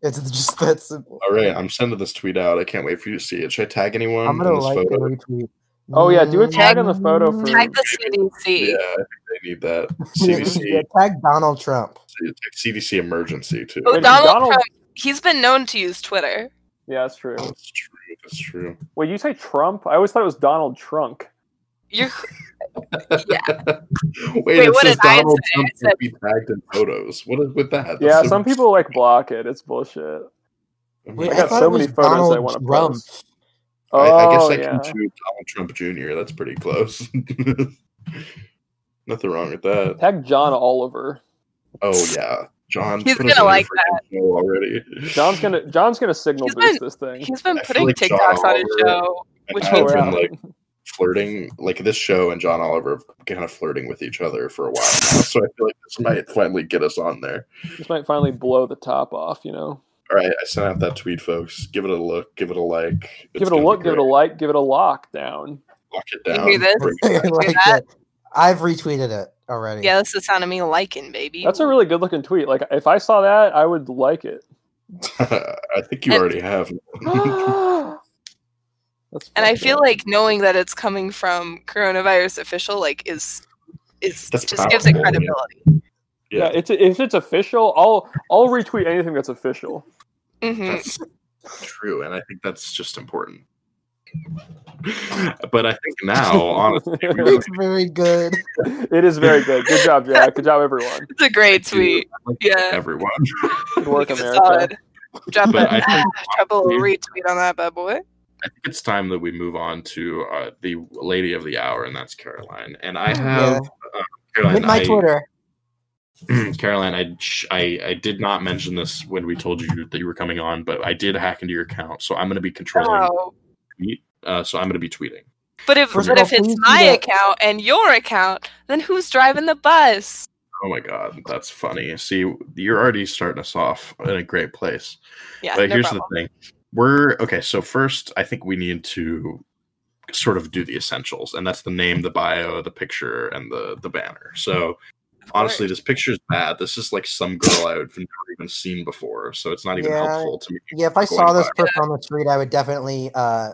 [SPEAKER 1] It's [laughs] just that simple.
[SPEAKER 3] All right, I'm sending this tweet out. I can't wait for you to see it. Should I tag anyone
[SPEAKER 1] I'm
[SPEAKER 3] in
[SPEAKER 1] gonna
[SPEAKER 3] this
[SPEAKER 1] like
[SPEAKER 3] photo?
[SPEAKER 1] and retweet.
[SPEAKER 2] Oh, yeah, do a tag on the photo
[SPEAKER 1] [laughs]
[SPEAKER 2] for-
[SPEAKER 4] tag the CDC.
[SPEAKER 3] Yeah, I think they need that.
[SPEAKER 1] Yeah,
[SPEAKER 3] CDC,
[SPEAKER 1] yeah, tag Donald Trump. [laughs]
[SPEAKER 3] CDC emergency too.
[SPEAKER 4] Oh,
[SPEAKER 2] Wait,
[SPEAKER 4] Donald,
[SPEAKER 2] Donald-
[SPEAKER 4] Trump. He's been known to use Twitter.
[SPEAKER 2] Yeah, that's true.
[SPEAKER 3] That's true. That's true.
[SPEAKER 2] Wait, you say Trump? I always thought it was Donald Trunk.
[SPEAKER 4] You're
[SPEAKER 3] [laughs] Wait,
[SPEAKER 4] Wait,
[SPEAKER 3] it
[SPEAKER 4] what
[SPEAKER 3] says
[SPEAKER 4] did I
[SPEAKER 3] Donald
[SPEAKER 4] say?
[SPEAKER 3] Trump
[SPEAKER 4] I said-
[SPEAKER 3] can't be tagged in photos. What is with that?
[SPEAKER 2] Yeah,
[SPEAKER 3] That's so-
[SPEAKER 2] some people like block it. It's bullshit.
[SPEAKER 3] Oh my
[SPEAKER 1] Wait,
[SPEAKER 2] I
[SPEAKER 3] God.
[SPEAKER 2] got
[SPEAKER 1] thought
[SPEAKER 2] so
[SPEAKER 1] it was
[SPEAKER 2] many photos I
[SPEAKER 1] Donald
[SPEAKER 2] wanna
[SPEAKER 1] Trump.
[SPEAKER 2] post.
[SPEAKER 3] I,
[SPEAKER 2] Oh,
[SPEAKER 3] I guess I
[SPEAKER 2] yeah.
[SPEAKER 3] can choose Donald Trump Jr. That's pretty close. [laughs] Nothing wrong with that.
[SPEAKER 2] Tag John Oliver.
[SPEAKER 3] Oh yeah, John.
[SPEAKER 4] He's
[SPEAKER 3] put us on
[SPEAKER 4] gonna
[SPEAKER 3] your
[SPEAKER 4] like
[SPEAKER 3] freaking show already. [laughs]
[SPEAKER 2] John's gonna John's gonna signal
[SPEAKER 4] He's
[SPEAKER 2] boost this thing.
[SPEAKER 4] he's been
[SPEAKER 3] I feel
[SPEAKER 4] putting
[SPEAKER 3] like John
[SPEAKER 4] TikToks on his
[SPEAKER 3] Oliver-
[SPEAKER 4] show.
[SPEAKER 3] And
[SPEAKER 4] Which
[SPEAKER 3] I've
[SPEAKER 4] means-
[SPEAKER 3] been like flirting, like this show and John Oliver have kind of flirting with each other for a while now. So I feel like this might finally get us on there.
[SPEAKER 2] This might finally blow the top off. You know,
[SPEAKER 3] All right, I sent out that tweet, folks. Give it a look. Give it a like. It's
[SPEAKER 2] give it a
[SPEAKER 3] gonna be
[SPEAKER 2] look, give it a
[SPEAKER 3] great.
[SPEAKER 2] like, give it a lock down.
[SPEAKER 3] Lock it
[SPEAKER 4] You
[SPEAKER 3] down.
[SPEAKER 4] hear this?
[SPEAKER 3] Bring it
[SPEAKER 1] I
[SPEAKER 3] back.
[SPEAKER 1] like
[SPEAKER 4] that?
[SPEAKER 1] it. I've retweeted it already.
[SPEAKER 4] Yeah, that's the sound of me liking, baby.
[SPEAKER 2] That's a really good looking tweet. Like if I saw that, I would like
[SPEAKER 3] [laughs]
[SPEAKER 2] it.
[SPEAKER 3] [laughs] I think you
[SPEAKER 4] And-
[SPEAKER 3] already have.
[SPEAKER 2] That's
[SPEAKER 4] and I
[SPEAKER 2] Ah! fucked
[SPEAKER 4] feel
[SPEAKER 2] up.
[SPEAKER 4] like knowing that it's coming from coronavirus official, like is is
[SPEAKER 3] That's
[SPEAKER 4] just gives
[SPEAKER 3] powerful,
[SPEAKER 4] it
[SPEAKER 3] yeah.
[SPEAKER 4] credibility.
[SPEAKER 2] yeah,
[SPEAKER 3] Yeah,
[SPEAKER 2] it's if it's official, I'll I'll retweet anything that's official.
[SPEAKER 4] hmm
[SPEAKER 3] that's true, and I think that's just important. but I think
[SPEAKER 4] [laughs]
[SPEAKER 3] now, honestly,
[SPEAKER 2] [laughs]
[SPEAKER 3] we really
[SPEAKER 1] It's very good.
[SPEAKER 2] it is very good. Good job, Jack. Good job, everyone.
[SPEAKER 4] It's a great
[SPEAKER 3] do like
[SPEAKER 4] tweet. Yeah.
[SPEAKER 3] everyone.
[SPEAKER 2] Good work,
[SPEAKER 4] [laughs] It's
[SPEAKER 2] America.
[SPEAKER 4] solid. Drop
[SPEAKER 3] But I
[SPEAKER 4] a [laughs]
[SPEAKER 3] think
[SPEAKER 4] trouble
[SPEAKER 3] honestly-
[SPEAKER 4] retweet on that bad boy.
[SPEAKER 3] I think it's time that we move on to uh, the lady of the hour, and that's Caroline. And I have
[SPEAKER 1] Yeah.
[SPEAKER 3] uh, Caroline.
[SPEAKER 1] Hit my
[SPEAKER 3] I-
[SPEAKER 1] Twitter.
[SPEAKER 3] Caroline, I, sh- I I did not mention this when we told you that you were coming on, but I did hack into your account, so I'm going to be controlling.
[SPEAKER 4] Oh.
[SPEAKER 3] Tweet, uh, so I'm going to be tweeting.
[SPEAKER 4] But if
[SPEAKER 1] First
[SPEAKER 4] but
[SPEAKER 1] of
[SPEAKER 4] if
[SPEAKER 1] all,
[SPEAKER 4] it's
[SPEAKER 1] please do
[SPEAKER 4] my
[SPEAKER 1] that.
[SPEAKER 4] account and your account, then who's driving the bus?
[SPEAKER 3] Oh my god, that's funny. See, you're already starting us off in a great place.
[SPEAKER 4] Yeah,
[SPEAKER 3] but
[SPEAKER 4] no
[SPEAKER 3] here's
[SPEAKER 4] problem.
[SPEAKER 3] the thing we're okay so first i think we need to sort of do the essentials and that's the name the bio the picture and the the banner so honestly this picture is bad this is like some girl i've never even seen before so it's not even
[SPEAKER 1] Yeah.
[SPEAKER 3] helpful to me
[SPEAKER 1] Yeah, if I
[SPEAKER 3] going
[SPEAKER 1] saw this
[SPEAKER 3] by.
[SPEAKER 1] person on the street, I would definitely. uh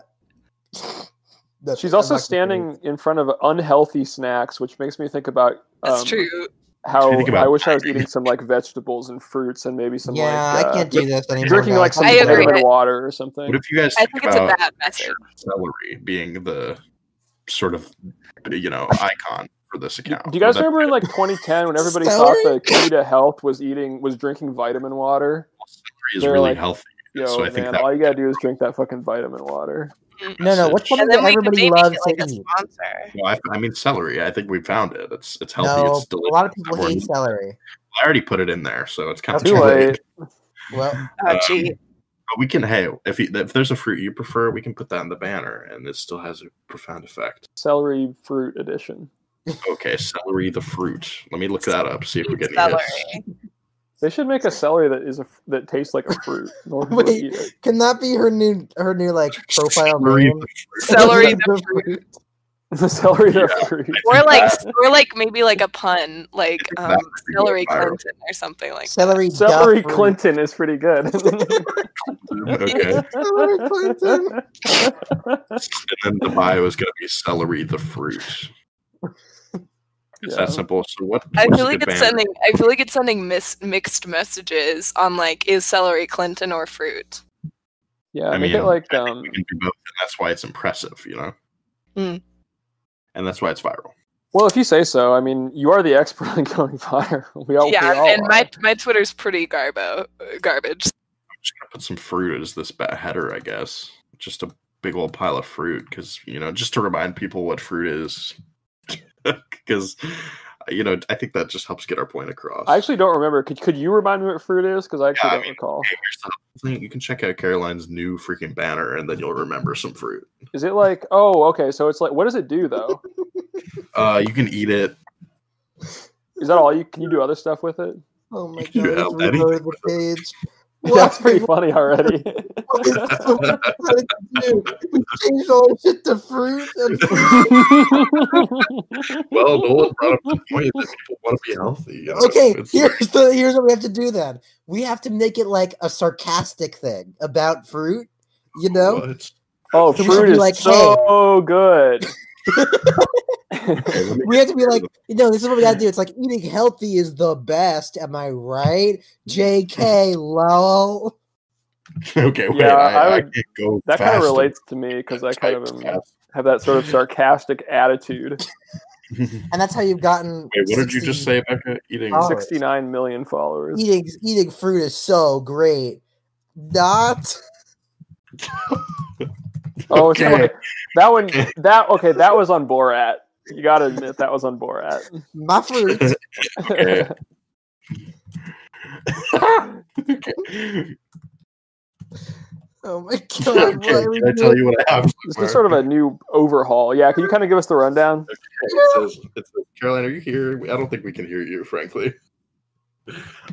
[SPEAKER 1] that-
[SPEAKER 2] She's
[SPEAKER 1] I'm
[SPEAKER 2] also
[SPEAKER 1] not gonna do
[SPEAKER 2] standing in front of unhealthy snacks, which makes me think about
[SPEAKER 4] That's
[SPEAKER 2] um,
[SPEAKER 4] true.
[SPEAKER 2] how
[SPEAKER 3] Think about
[SPEAKER 2] I wish I was
[SPEAKER 3] that.
[SPEAKER 2] eating some like vegetables and fruits and maybe
[SPEAKER 1] it.
[SPEAKER 2] some
[SPEAKER 1] Yeah,
[SPEAKER 2] like
[SPEAKER 1] I
[SPEAKER 2] uh,
[SPEAKER 1] can't do this anymore.
[SPEAKER 2] drinking
[SPEAKER 1] guys.
[SPEAKER 2] like some
[SPEAKER 4] I agree.
[SPEAKER 2] vitamin water or something.
[SPEAKER 3] what if you guys
[SPEAKER 4] I
[SPEAKER 3] think,
[SPEAKER 4] think it's a
[SPEAKER 3] about
[SPEAKER 4] bad message.
[SPEAKER 3] celery being the sort of you know icon for this account.
[SPEAKER 2] Do you guys
[SPEAKER 3] That-
[SPEAKER 2] remember in like 2010 when
[SPEAKER 3] [laughs]
[SPEAKER 2] everybody
[SPEAKER 1] Celery?
[SPEAKER 2] thought that key to health was eating was drinking vitamin water?
[SPEAKER 3] Celery is
[SPEAKER 2] they're
[SPEAKER 3] really
[SPEAKER 2] like,
[SPEAKER 3] healthy.
[SPEAKER 2] Yo,
[SPEAKER 3] so I
[SPEAKER 2] man,
[SPEAKER 3] think that
[SPEAKER 2] all you gotta do is drink that fucking vitamin water.
[SPEAKER 1] No, no. What's
[SPEAKER 3] message-
[SPEAKER 1] one
[SPEAKER 4] And
[SPEAKER 1] that
[SPEAKER 4] then we could
[SPEAKER 1] everybody
[SPEAKER 4] maybe
[SPEAKER 1] loves
[SPEAKER 4] get like
[SPEAKER 1] to
[SPEAKER 4] a
[SPEAKER 1] eat?
[SPEAKER 4] sponsor.
[SPEAKER 3] No, I, I mean celery. I think we found it. It's it's healthy.
[SPEAKER 1] No,
[SPEAKER 3] it's delicious.
[SPEAKER 1] a lot of people
[SPEAKER 3] Everyone-
[SPEAKER 1] hate celery.
[SPEAKER 3] I already put it in there, so it's kind of
[SPEAKER 1] That's
[SPEAKER 2] Too
[SPEAKER 1] Okay.
[SPEAKER 2] late.
[SPEAKER 1] Well,
[SPEAKER 4] Oh,
[SPEAKER 3] Um, [laughs]
[SPEAKER 4] gee.
[SPEAKER 3] But we can hey, if you, if there's a fruit you prefer, we can put that in the banner, and it still has a profound effect.
[SPEAKER 2] Celery fruit edition.
[SPEAKER 3] Okay, celery the fruit. Let me look that up. See if we get any
[SPEAKER 4] Celery.
[SPEAKER 3] hits.
[SPEAKER 2] They should make a celery that is a f- that tastes like a
[SPEAKER 1] [laughs]
[SPEAKER 2] fruit. No one would
[SPEAKER 1] Wait.
[SPEAKER 2] eat it. [laughs]
[SPEAKER 1] can that be her new her new like profile
[SPEAKER 3] Celery
[SPEAKER 1] name?
[SPEAKER 3] the fruit.
[SPEAKER 1] [laughs]
[SPEAKER 4] Celery the fruit.
[SPEAKER 2] The celery the
[SPEAKER 3] Yeah.
[SPEAKER 2] fruit.
[SPEAKER 4] Or like or like maybe like a pun, like
[SPEAKER 3] That
[SPEAKER 4] um
[SPEAKER 3] could go
[SPEAKER 4] Hillary
[SPEAKER 3] viral.
[SPEAKER 4] Clinton or something like that.
[SPEAKER 1] Celery.
[SPEAKER 2] Celery
[SPEAKER 1] duff fruit.
[SPEAKER 2] Clinton is pretty good.
[SPEAKER 4] [laughs]
[SPEAKER 3] Okay,
[SPEAKER 1] [laughs] Celery Clinton.
[SPEAKER 3] and then the bio is going to be celery the fruit. It's
[SPEAKER 2] Yeah.
[SPEAKER 3] that simple. So what?
[SPEAKER 4] I
[SPEAKER 3] what's a
[SPEAKER 4] feel like
[SPEAKER 3] good
[SPEAKER 4] it's
[SPEAKER 3] banner?
[SPEAKER 4] sending I feel like it's sending mis- mixed messages on like is celery Clinton or fruit.
[SPEAKER 2] [laughs] Yeah,
[SPEAKER 3] I
[SPEAKER 2] make
[SPEAKER 3] mean,
[SPEAKER 2] it like
[SPEAKER 3] I think
[SPEAKER 2] um
[SPEAKER 3] we can do both, and that's why it's impressive, you know.
[SPEAKER 4] Mm.
[SPEAKER 3] And that's why it's viral.
[SPEAKER 2] well if you say so, I mean you are the expert [laughs] on going viral. We all we
[SPEAKER 4] yeah,
[SPEAKER 2] all
[SPEAKER 4] and
[SPEAKER 2] are.
[SPEAKER 4] my my Twitter's pretty garbo garbage.
[SPEAKER 3] I'm just gonna put some fruit as this ba- header, I guess. Just a big old pile of fruit, because you know, just to remind people what fruit is, [laughs] because you know, I think that just helps get our point across.
[SPEAKER 2] I actually don't remember. Could, could you remind me what fruit is? Because I actually
[SPEAKER 3] Yeah, I
[SPEAKER 2] don't
[SPEAKER 3] mean,
[SPEAKER 2] recall.
[SPEAKER 3] Hey, here's the whole thing. You can check out Caroline's new freaking banner, and then you'll remember some fruit.
[SPEAKER 2] Is it like oh okay, so it's like what does it do though?
[SPEAKER 3] Uh, you can eat it.
[SPEAKER 2] Is that all you can you do other stuff with it? [laughs]
[SPEAKER 1] Oh my
[SPEAKER 3] [laughs] You
[SPEAKER 1] god! Let's
[SPEAKER 3] have anything
[SPEAKER 1] reload the page.
[SPEAKER 2] That's
[SPEAKER 1] What
[SPEAKER 2] pretty
[SPEAKER 1] [laughs]
[SPEAKER 2] funny already.
[SPEAKER 1] What is this? What did you do? We changed all our shit to fruit
[SPEAKER 3] [laughs]
[SPEAKER 1] and
[SPEAKER 3] [laughs] Well, Nolan brought up the point that
[SPEAKER 1] [laughs]
[SPEAKER 3] people want to be healthy. you know,
[SPEAKER 1] Okay, [laughs]
[SPEAKER 3] it's-
[SPEAKER 1] here's
[SPEAKER 3] [laughs]
[SPEAKER 1] the here's what we have to do then. We have to make it like a sarcastic thing about fruit, you
[SPEAKER 3] [laughs]
[SPEAKER 1] know?
[SPEAKER 3] What?
[SPEAKER 2] oh,
[SPEAKER 1] So we should
[SPEAKER 2] fruit
[SPEAKER 1] be
[SPEAKER 2] is
[SPEAKER 1] like,
[SPEAKER 2] so good.
[SPEAKER 3] Okay, let me [laughs]
[SPEAKER 1] We have to be
[SPEAKER 3] get
[SPEAKER 1] like, you know, this is what we gotta do. It's like eating healthy is the best, am I right? JK lol.
[SPEAKER 3] Okay, wait,
[SPEAKER 2] Yeah,
[SPEAKER 3] I,
[SPEAKER 2] I
[SPEAKER 3] I
[SPEAKER 2] would-
[SPEAKER 3] can't go.
[SPEAKER 2] That kind of
[SPEAKER 3] fast [laughs]
[SPEAKER 2] relates to me because I kind of am, have that sort of sarcastic attitude.
[SPEAKER 3] wait,
[SPEAKER 1] And that's how you've gotten
[SPEAKER 3] what did you
[SPEAKER 1] 60 [laughs]
[SPEAKER 3] just say, Becca? Eating
[SPEAKER 1] Oh. Followers.
[SPEAKER 2] Sixty nine million followers.
[SPEAKER 1] Eating eating fruit is so great. Not
[SPEAKER 2] Oh, so
[SPEAKER 3] Okay.
[SPEAKER 2] that one. That okay. That was on Borat. You gotta admit that was on Borat.
[SPEAKER 1] my fruit.
[SPEAKER 3] [laughs] Okay.
[SPEAKER 1] [laughs] Oh my god,
[SPEAKER 3] [laughs] okay,
[SPEAKER 1] why are we
[SPEAKER 3] can I tell
[SPEAKER 1] doing-
[SPEAKER 3] you what I have?
[SPEAKER 2] [laughs] This is sort of a new overhaul. Yeah, can you kind of give us the rundown?
[SPEAKER 3] it says, it says, Caroline, are you here? I don't think we can hear you, frankly. [laughs]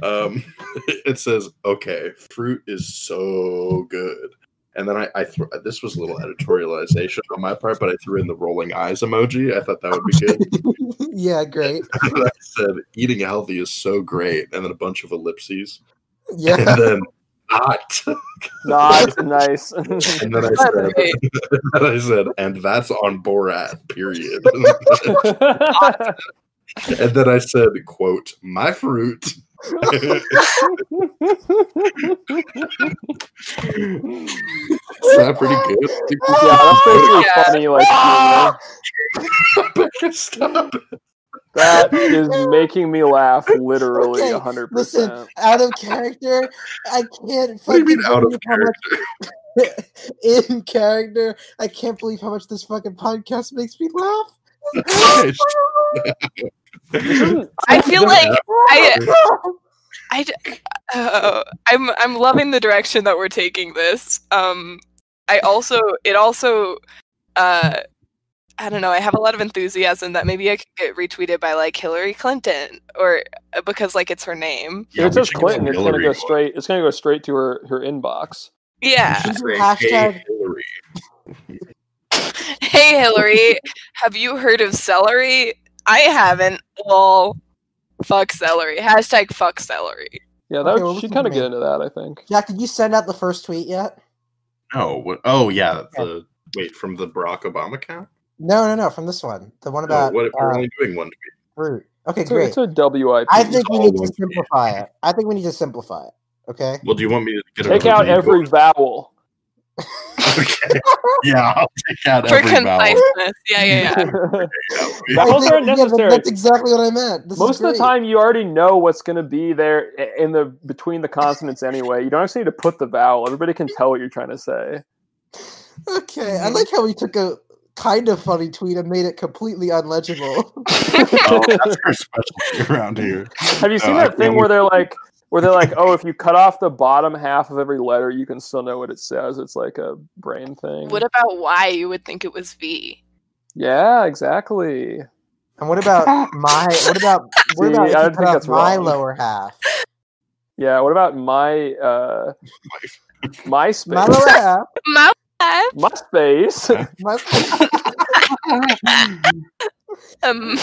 [SPEAKER 3] Um, [laughs] it says, okay, fruit is so good. And then I, I threw this was a little editorialization on my part, but I threw in the rolling eyes emoji. I thought that would be good.
[SPEAKER 1] [laughs] yeah,
[SPEAKER 3] [laughs]
[SPEAKER 1] great.
[SPEAKER 3] I said, eating healthy is so great. And then a bunch of ellipses. And
[SPEAKER 1] Yeah. [laughs]
[SPEAKER 3] then not. [laughs]
[SPEAKER 2] Not nice. [laughs]
[SPEAKER 3] And then I said,
[SPEAKER 4] Celery.
[SPEAKER 3] [laughs] and I said, and that's on Borat, period. and then I said, quote, my fruit. Is that pretty good?
[SPEAKER 2] yeah, that's
[SPEAKER 3] [laughs]
[SPEAKER 2] basically
[SPEAKER 4] Yeah.
[SPEAKER 2] funny. Like humor.
[SPEAKER 3] Stop. [laughs]
[SPEAKER 2] that is making me laugh literally
[SPEAKER 1] Okay,
[SPEAKER 2] a hundred
[SPEAKER 1] Listen,
[SPEAKER 2] percent.
[SPEAKER 1] out of character, I can't
[SPEAKER 3] What do you
[SPEAKER 1] fucking
[SPEAKER 3] mean out of
[SPEAKER 1] believe how much- [laughs] in character, I can't believe how much this fucking podcast makes me laugh.
[SPEAKER 3] Okay,
[SPEAKER 2] [laughs]
[SPEAKER 4] I feel like I
[SPEAKER 2] Ah,
[SPEAKER 4] I d- oh, I'm I'm loving the direction that we're taking this. Um, I also it also uh, I don't know. I have a lot of enthusiasm that maybe I could get retweeted by like Hillary Clinton or uh, because like it's her name.
[SPEAKER 2] if it says Clinton, it's gonna go straight. It's gonna go straight to her her inbox.
[SPEAKER 4] Yeah.
[SPEAKER 1] Hashtag-
[SPEAKER 3] Hillary.
[SPEAKER 4] [laughs] Hey Hillary, have you heard of celery? I haven't. Lol. Fuck celery. Hashtag fuck celery.
[SPEAKER 2] Yeah, that
[SPEAKER 1] Okay, well,
[SPEAKER 2] would,
[SPEAKER 1] listen
[SPEAKER 2] she'd
[SPEAKER 1] to
[SPEAKER 2] kind of
[SPEAKER 1] me.
[SPEAKER 2] get into that. I think.
[SPEAKER 1] Jack, did you send out the first tweet yet?
[SPEAKER 3] No, what? Oh, yeah. The, wait, from the Barack Obama account?
[SPEAKER 1] No, no, no, from this one. The
[SPEAKER 2] Oh,
[SPEAKER 1] one
[SPEAKER 3] No,
[SPEAKER 1] about
[SPEAKER 3] what, we're
[SPEAKER 1] uh,
[SPEAKER 3] only doing one tweet.
[SPEAKER 1] fruit. Okay,
[SPEAKER 2] It's a,
[SPEAKER 1] great.
[SPEAKER 2] it's a WIP.
[SPEAKER 1] I think we
[SPEAKER 3] all
[SPEAKER 1] need
[SPEAKER 3] one
[SPEAKER 1] to
[SPEAKER 3] tweet.
[SPEAKER 1] simplify it. I think we need to simplify it. Okay.
[SPEAKER 3] Well, do you want me to get
[SPEAKER 2] Take
[SPEAKER 3] another
[SPEAKER 2] out
[SPEAKER 1] [laughs]
[SPEAKER 3] tweet?
[SPEAKER 2] every vowel.
[SPEAKER 3] Okay. yeah, I'll take out
[SPEAKER 4] for
[SPEAKER 3] every vowel.
[SPEAKER 4] conciseness. Yeah, yeah,
[SPEAKER 3] [laughs]
[SPEAKER 4] yeah.
[SPEAKER 3] Yeah,
[SPEAKER 2] Vowels
[SPEAKER 1] Yeah,
[SPEAKER 2] aren't
[SPEAKER 1] but
[SPEAKER 2] necessary.
[SPEAKER 1] that's exactly what I meant. This is
[SPEAKER 2] [laughs] Most of the
[SPEAKER 1] great.
[SPEAKER 2] time, you already know what's going to be there i- in the between the consonants anyway. You don't actually need to put the vowel. Everybody can tell what you're trying to say.
[SPEAKER 1] Okay, I like how we took a kind of funny tweet and made it completely unlegible. [laughs]
[SPEAKER 4] [laughs]
[SPEAKER 3] Oh, that's our specialty around here.
[SPEAKER 2] Have you seen
[SPEAKER 3] No, I
[SPEAKER 2] that thing
[SPEAKER 3] think-
[SPEAKER 2] where they're like, where they're like, oh, if you cut off the bottom half of every letter, you can still know what it says. It's like a brain thing.
[SPEAKER 4] What about why you would think it was V?
[SPEAKER 2] yeah, exactly.
[SPEAKER 1] and what
[SPEAKER 2] [laughs]
[SPEAKER 1] about my? What about what
[SPEAKER 2] See,
[SPEAKER 1] about if
[SPEAKER 2] I
[SPEAKER 1] you
[SPEAKER 2] think
[SPEAKER 1] cut off
[SPEAKER 2] that's
[SPEAKER 1] my
[SPEAKER 2] wrong.
[SPEAKER 1] lower half?
[SPEAKER 2] Yeah. What about my
[SPEAKER 3] [laughs]
[SPEAKER 2] uh, MySpace?
[SPEAKER 1] My lower half.
[SPEAKER 4] Mouth.
[SPEAKER 2] MySpace.
[SPEAKER 1] My,
[SPEAKER 4] Um,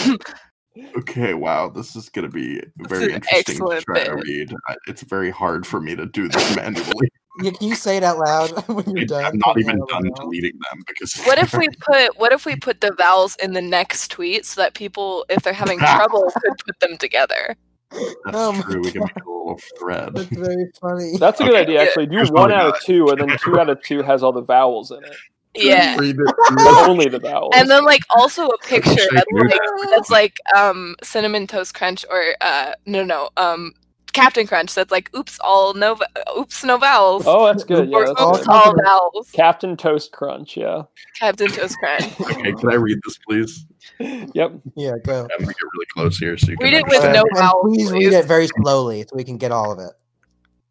[SPEAKER 3] Okay, wow, this is going to be
[SPEAKER 4] an
[SPEAKER 3] very interesting to
[SPEAKER 4] excellent
[SPEAKER 3] try to
[SPEAKER 4] bit.
[SPEAKER 3] read. I- It's very hard for me to do
[SPEAKER 4] [laughs]
[SPEAKER 3] this manually.
[SPEAKER 1] you, can you say it out loud [laughs] when you're done?
[SPEAKER 3] I'm not
[SPEAKER 1] Put
[SPEAKER 3] even
[SPEAKER 1] my lower
[SPEAKER 3] done
[SPEAKER 1] half.
[SPEAKER 3] deleting them because [laughs]
[SPEAKER 4] what if we put what if we put the vowels in the next tweet so that people, if
[SPEAKER 1] [laughs]
[SPEAKER 4] they're having trouble, could put them together?
[SPEAKER 3] that's
[SPEAKER 1] Oh
[SPEAKER 4] um,
[SPEAKER 1] my
[SPEAKER 3] true. We
[SPEAKER 4] [laughs]
[SPEAKER 3] can make a little thread.
[SPEAKER 1] That's very [laughs] funny.
[SPEAKER 2] [laughs] That's a good
[SPEAKER 3] Okay.
[SPEAKER 2] idea, actually. Do
[SPEAKER 3] Here's
[SPEAKER 2] one
[SPEAKER 3] what we
[SPEAKER 2] out of two, and then two out of two has all the vowels in it,
[SPEAKER 4] Yeah.
[SPEAKER 3] Read
[SPEAKER 4] [laughs]
[SPEAKER 3] it
[SPEAKER 2] but
[SPEAKER 3] through.
[SPEAKER 2] only the vowels.
[SPEAKER 4] and then like also a picture
[SPEAKER 3] wish I
[SPEAKER 4] of,
[SPEAKER 3] knew
[SPEAKER 4] like, that's like um cinnamon toast crunch or uh no no um captain crunch that's like oops all no oops no vowels
[SPEAKER 2] oh, that's good. Yeah,
[SPEAKER 4] or
[SPEAKER 2] that's
[SPEAKER 1] all
[SPEAKER 2] good.
[SPEAKER 4] oops
[SPEAKER 1] time-
[SPEAKER 4] all vowels
[SPEAKER 2] Captain Toast Crunch, yeah.
[SPEAKER 4] captain toast
[SPEAKER 1] [laughs]
[SPEAKER 4] crunch
[SPEAKER 3] okay, can I read this, please? [laughs]
[SPEAKER 2] Yep. [laughs]
[SPEAKER 1] Yeah, go.
[SPEAKER 3] I'm going to get really close here so you can
[SPEAKER 4] Read it with
[SPEAKER 1] Uh,
[SPEAKER 3] understand.
[SPEAKER 4] no
[SPEAKER 1] and
[SPEAKER 4] vowel,
[SPEAKER 1] please
[SPEAKER 4] please.
[SPEAKER 1] read it very slowly so we can get all of
[SPEAKER 4] [laughs]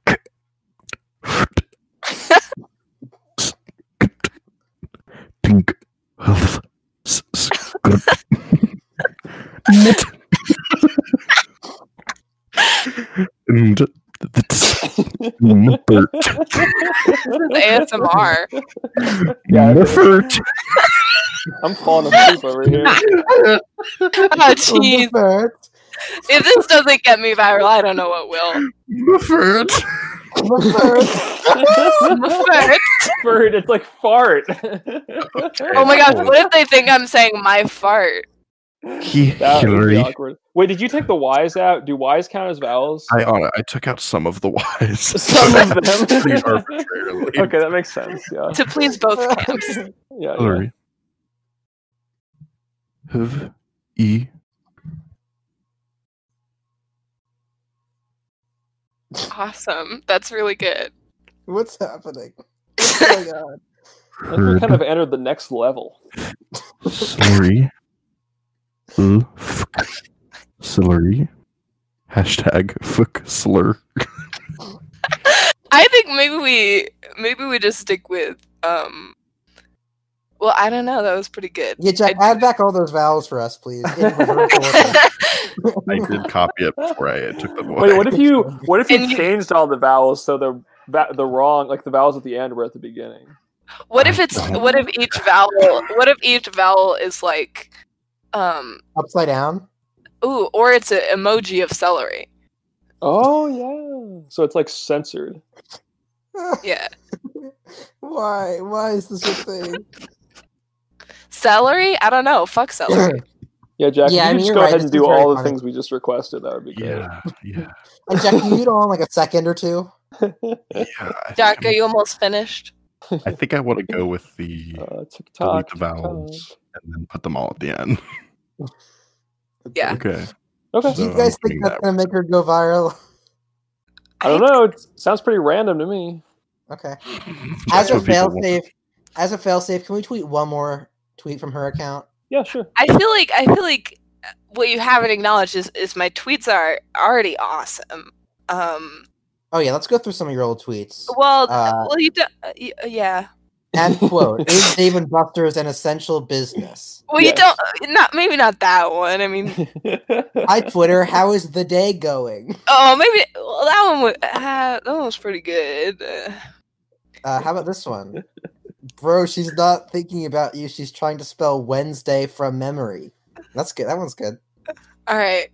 [SPEAKER 1] it.
[SPEAKER 5] think of s- s-
[SPEAKER 4] [laughs]
[SPEAKER 3] [laughs]
[SPEAKER 5] good knit and
[SPEAKER 4] [laughs]
[SPEAKER 5] that's never
[SPEAKER 4] asmr
[SPEAKER 1] [laughs]
[SPEAKER 2] Yeah, it is.
[SPEAKER 5] never
[SPEAKER 2] I'm falling asleep
[SPEAKER 1] [laughs]
[SPEAKER 2] over here. [laughs]
[SPEAKER 4] oh jeez
[SPEAKER 1] Muffert.
[SPEAKER 4] if this doesn't get me viral i don't know what will
[SPEAKER 3] Mufford.
[SPEAKER 1] Muffert. [laughs]
[SPEAKER 2] Bird, it's like fart. [laughs]
[SPEAKER 4] oh my gosh what if they think i'm saying my fart
[SPEAKER 5] He-
[SPEAKER 2] That would be
[SPEAKER 5] Hillary.
[SPEAKER 2] awkward. Wait, did you take the Y's out? Do Y's count as vowels?
[SPEAKER 3] I uh, I took out some of the Y's.
[SPEAKER 2] [laughs] Some of them.
[SPEAKER 3] [laughs] Pretty arbitrarily.
[SPEAKER 2] [laughs] Okay, that makes sense. Yeah.
[SPEAKER 4] to [laughs] please both
[SPEAKER 1] [laughs]
[SPEAKER 4] camps
[SPEAKER 2] Yeah. yeah.
[SPEAKER 5] Hillary. Have e
[SPEAKER 4] awesome that's really good
[SPEAKER 1] What's
[SPEAKER 4] [laughs]
[SPEAKER 1] happening? Oh What's going on?
[SPEAKER 2] I think we
[SPEAKER 5] heard
[SPEAKER 2] kind
[SPEAKER 3] [laughs]
[SPEAKER 2] of entered the next level. [laughs]
[SPEAKER 5] Celery. Ooh, fuck. Celery. Hashtag fuck slur.
[SPEAKER 4] I think maybe we maybe we just stick with um well, I don't know. That was pretty good.
[SPEAKER 1] Yeah, Jack,
[SPEAKER 4] I-
[SPEAKER 1] add back all those vowels for us, please. In reverse
[SPEAKER 4] [laughs]
[SPEAKER 3] I
[SPEAKER 1] order.
[SPEAKER 3] did copy it before I took them away.
[SPEAKER 2] Wait, what if you what if you
[SPEAKER 4] And you-
[SPEAKER 2] changed all the vowels so the va- the wrong like the vowels at the end were at the beginning?
[SPEAKER 4] What if it's what if each vowel what if each vowel is like um
[SPEAKER 1] Upside down.
[SPEAKER 4] ooh, or it's an emoji of celery.
[SPEAKER 2] Oh yeah. So it's like censored.
[SPEAKER 4] Yeah.
[SPEAKER 1] [laughs] Why? Why is this a
[SPEAKER 4] [laughs]
[SPEAKER 1] thing?
[SPEAKER 4] Celery? I don't know.
[SPEAKER 1] [laughs]
[SPEAKER 4] Fuck celery.
[SPEAKER 2] Yeah, Jack.
[SPEAKER 1] Yeah,
[SPEAKER 2] Yeah,
[SPEAKER 1] I mean,
[SPEAKER 2] you could just
[SPEAKER 1] you're
[SPEAKER 2] go
[SPEAKER 1] right,
[SPEAKER 2] ahead
[SPEAKER 1] this
[SPEAKER 2] and
[SPEAKER 1] is
[SPEAKER 2] do
[SPEAKER 1] very
[SPEAKER 2] all the
[SPEAKER 1] funny.
[SPEAKER 2] things we just requested. That would be good.
[SPEAKER 5] yeah,
[SPEAKER 1] And Jack, can you do it all in like a second or two?
[SPEAKER 3] yeah, I
[SPEAKER 4] Jack, are
[SPEAKER 3] think,
[SPEAKER 4] you almost finished?
[SPEAKER 3] I'm- I think I want to go with the
[SPEAKER 2] Uh, TikTok.
[SPEAKER 3] delete the vowels and then put them all at the end.
[SPEAKER 4] Yeah. [laughs]
[SPEAKER 3] Okay.
[SPEAKER 2] Okay.
[SPEAKER 1] Uh, Do you
[SPEAKER 3] So
[SPEAKER 1] guys
[SPEAKER 3] I'm
[SPEAKER 1] think
[SPEAKER 3] putting
[SPEAKER 1] that's
[SPEAKER 3] that-
[SPEAKER 1] gonna make her go viral? [laughs]
[SPEAKER 2] I don't know. It sounds pretty random to me.
[SPEAKER 1] Okay. As a
[SPEAKER 3] Jack would be the
[SPEAKER 1] fail
[SPEAKER 3] one-
[SPEAKER 1] safe, as a fail safe, can we tweet one more tweet from her account?
[SPEAKER 2] Yeah, sure.
[SPEAKER 4] I feel like I feel like uh, what you haven't acknowledged is, is my tweets are already awesome. Um
[SPEAKER 1] Oh yeah, let's go through some of your old tweets.
[SPEAKER 4] well
[SPEAKER 1] Uh,
[SPEAKER 4] well you don't uh, y- yeah.
[SPEAKER 1] End quote. Is Dave and Buster's an essential business?
[SPEAKER 4] Well,
[SPEAKER 2] Yes.
[SPEAKER 4] you don't. uh, Not maybe not that one.
[SPEAKER 1] [laughs]
[SPEAKER 2] [laughs]
[SPEAKER 4] I mean,
[SPEAKER 1] Hi Twitter, how is the day going?
[SPEAKER 4] oh, maybe well, that one was uh, that one was pretty good. Uh,
[SPEAKER 1] Uh, how about this one? Bro, she's not thinking about you. She's trying to spell Wednesday from memory. That's good. That one's good.
[SPEAKER 4] all right,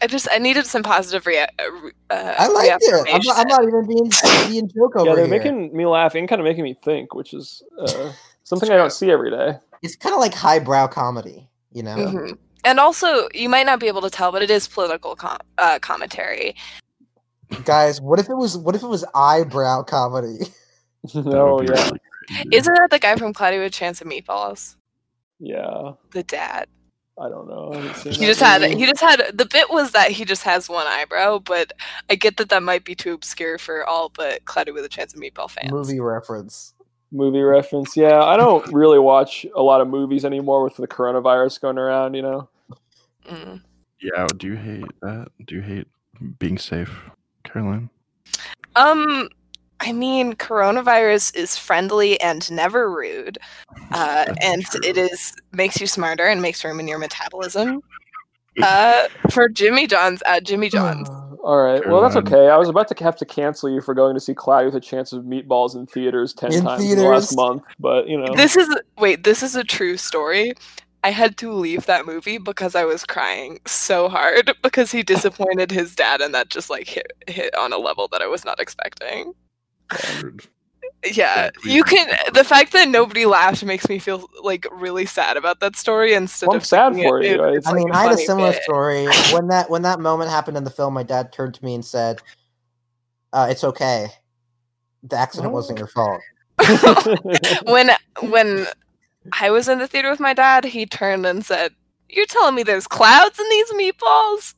[SPEAKER 4] I just I needed some positive rea- uh, re- uh,
[SPEAKER 1] I liked it. I'm not, I'm
[SPEAKER 4] reaffirmation.
[SPEAKER 1] not even being being joke over
[SPEAKER 2] yeah, they're
[SPEAKER 1] here.
[SPEAKER 2] making me laugh and kind of making me think, which is
[SPEAKER 3] [laughs]
[SPEAKER 2] uh, something I don't see every day. [laughs]
[SPEAKER 1] It's kind of like highbrow comedy, you know.
[SPEAKER 4] Mhm. And also, you might not be able to tell, but it is political com- uh, commentary.
[SPEAKER 1] Guys, what if it was? What if it was eyebrow comedy?
[SPEAKER 3] that would
[SPEAKER 2] no,
[SPEAKER 3] be
[SPEAKER 2] Oh,
[SPEAKER 4] Oh,
[SPEAKER 2] yeah.
[SPEAKER 3] really
[SPEAKER 1] Mm.
[SPEAKER 4] Isn't that the guy from Cloudy with a Chance of Meatballs?
[SPEAKER 2] Yeah,
[SPEAKER 4] The dad.
[SPEAKER 2] I don't know. I haven't seen
[SPEAKER 4] He
[SPEAKER 2] that
[SPEAKER 4] just had.
[SPEAKER 2] movie.
[SPEAKER 4] He just had. The bit was that he just has one eyebrow, but I get that that might be too obscure for all but Cloudy with a Chance of Meatball fans.
[SPEAKER 1] Movie reference.
[SPEAKER 2] movie reference. Yeah, I don't really watch a lot of movies anymore with the coronavirus going around. You know,
[SPEAKER 4] Mm.
[SPEAKER 3] Yeah, do you hate that? Do you hate being safe, Caroline?
[SPEAKER 4] Um, I mean, coronavirus is friendly and never rude, uh,
[SPEAKER 3] That's
[SPEAKER 4] and
[SPEAKER 3] true.
[SPEAKER 4] it is makes you smarter and makes room in your metabolism. Uh, for Jimmy John's at Jimmy John's.
[SPEAKER 2] all right. Well, that's
[SPEAKER 3] Caroline.
[SPEAKER 2] okay. I was about to have to cancel you for going to see Cloudy with a Chance of Meatballs in theaters ten
[SPEAKER 1] In
[SPEAKER 2] times in the last
[SPEAKER 1] theaters?
[SPEAKER 2] month, but you know,
[SPEAKER 4] This is wait, this is a true story. I had to leave that movie because I was crying so hard [laughs] because he disappointed his dad and that just like hit hit on a level that I was not expecting. [laughs]
[SPEAKER 6] Standard.
[SPEAKER 4] Yeah,
[SPEAKER 6] Yeah,
[SPEAKER 4] you
[SPEAKER 6] we-
[SPEAKER 4] can. The fact that nobody laughed makes me feel like really sad about that story instead
[SPEAKER 2] Well, I'm [laughs]
[SPEAKER 4] of
[SPEAKER 2] sad
[SPEAKER 4] thinking
[SPEAKER 2] for you.
[SPEAKER 4] was,
[SPEAKER 2] It's
[SPEAKER 1] I
[SPEAKER 4] like,
[SPEAKER 1] mean, I had a
[SPEAKER 4] funny
[SPEAKER 1] similar
[SPEAKER 4] bit. [laughs]
[SPEAKER 1] story when that when that moment happened in the film. My dad turned to me and said, uh, "It's okay. The accident
[SPEAKER 2] What?
[SPEAKER 1] wasn't your
[SPEAKER 4] [laughs]
[SPEAKER 1] fault." [laughs]
[SPEAKER 4] when when I was in the theater with my dad, he turned and said, "You're telling me there's clouds in these meatballs?"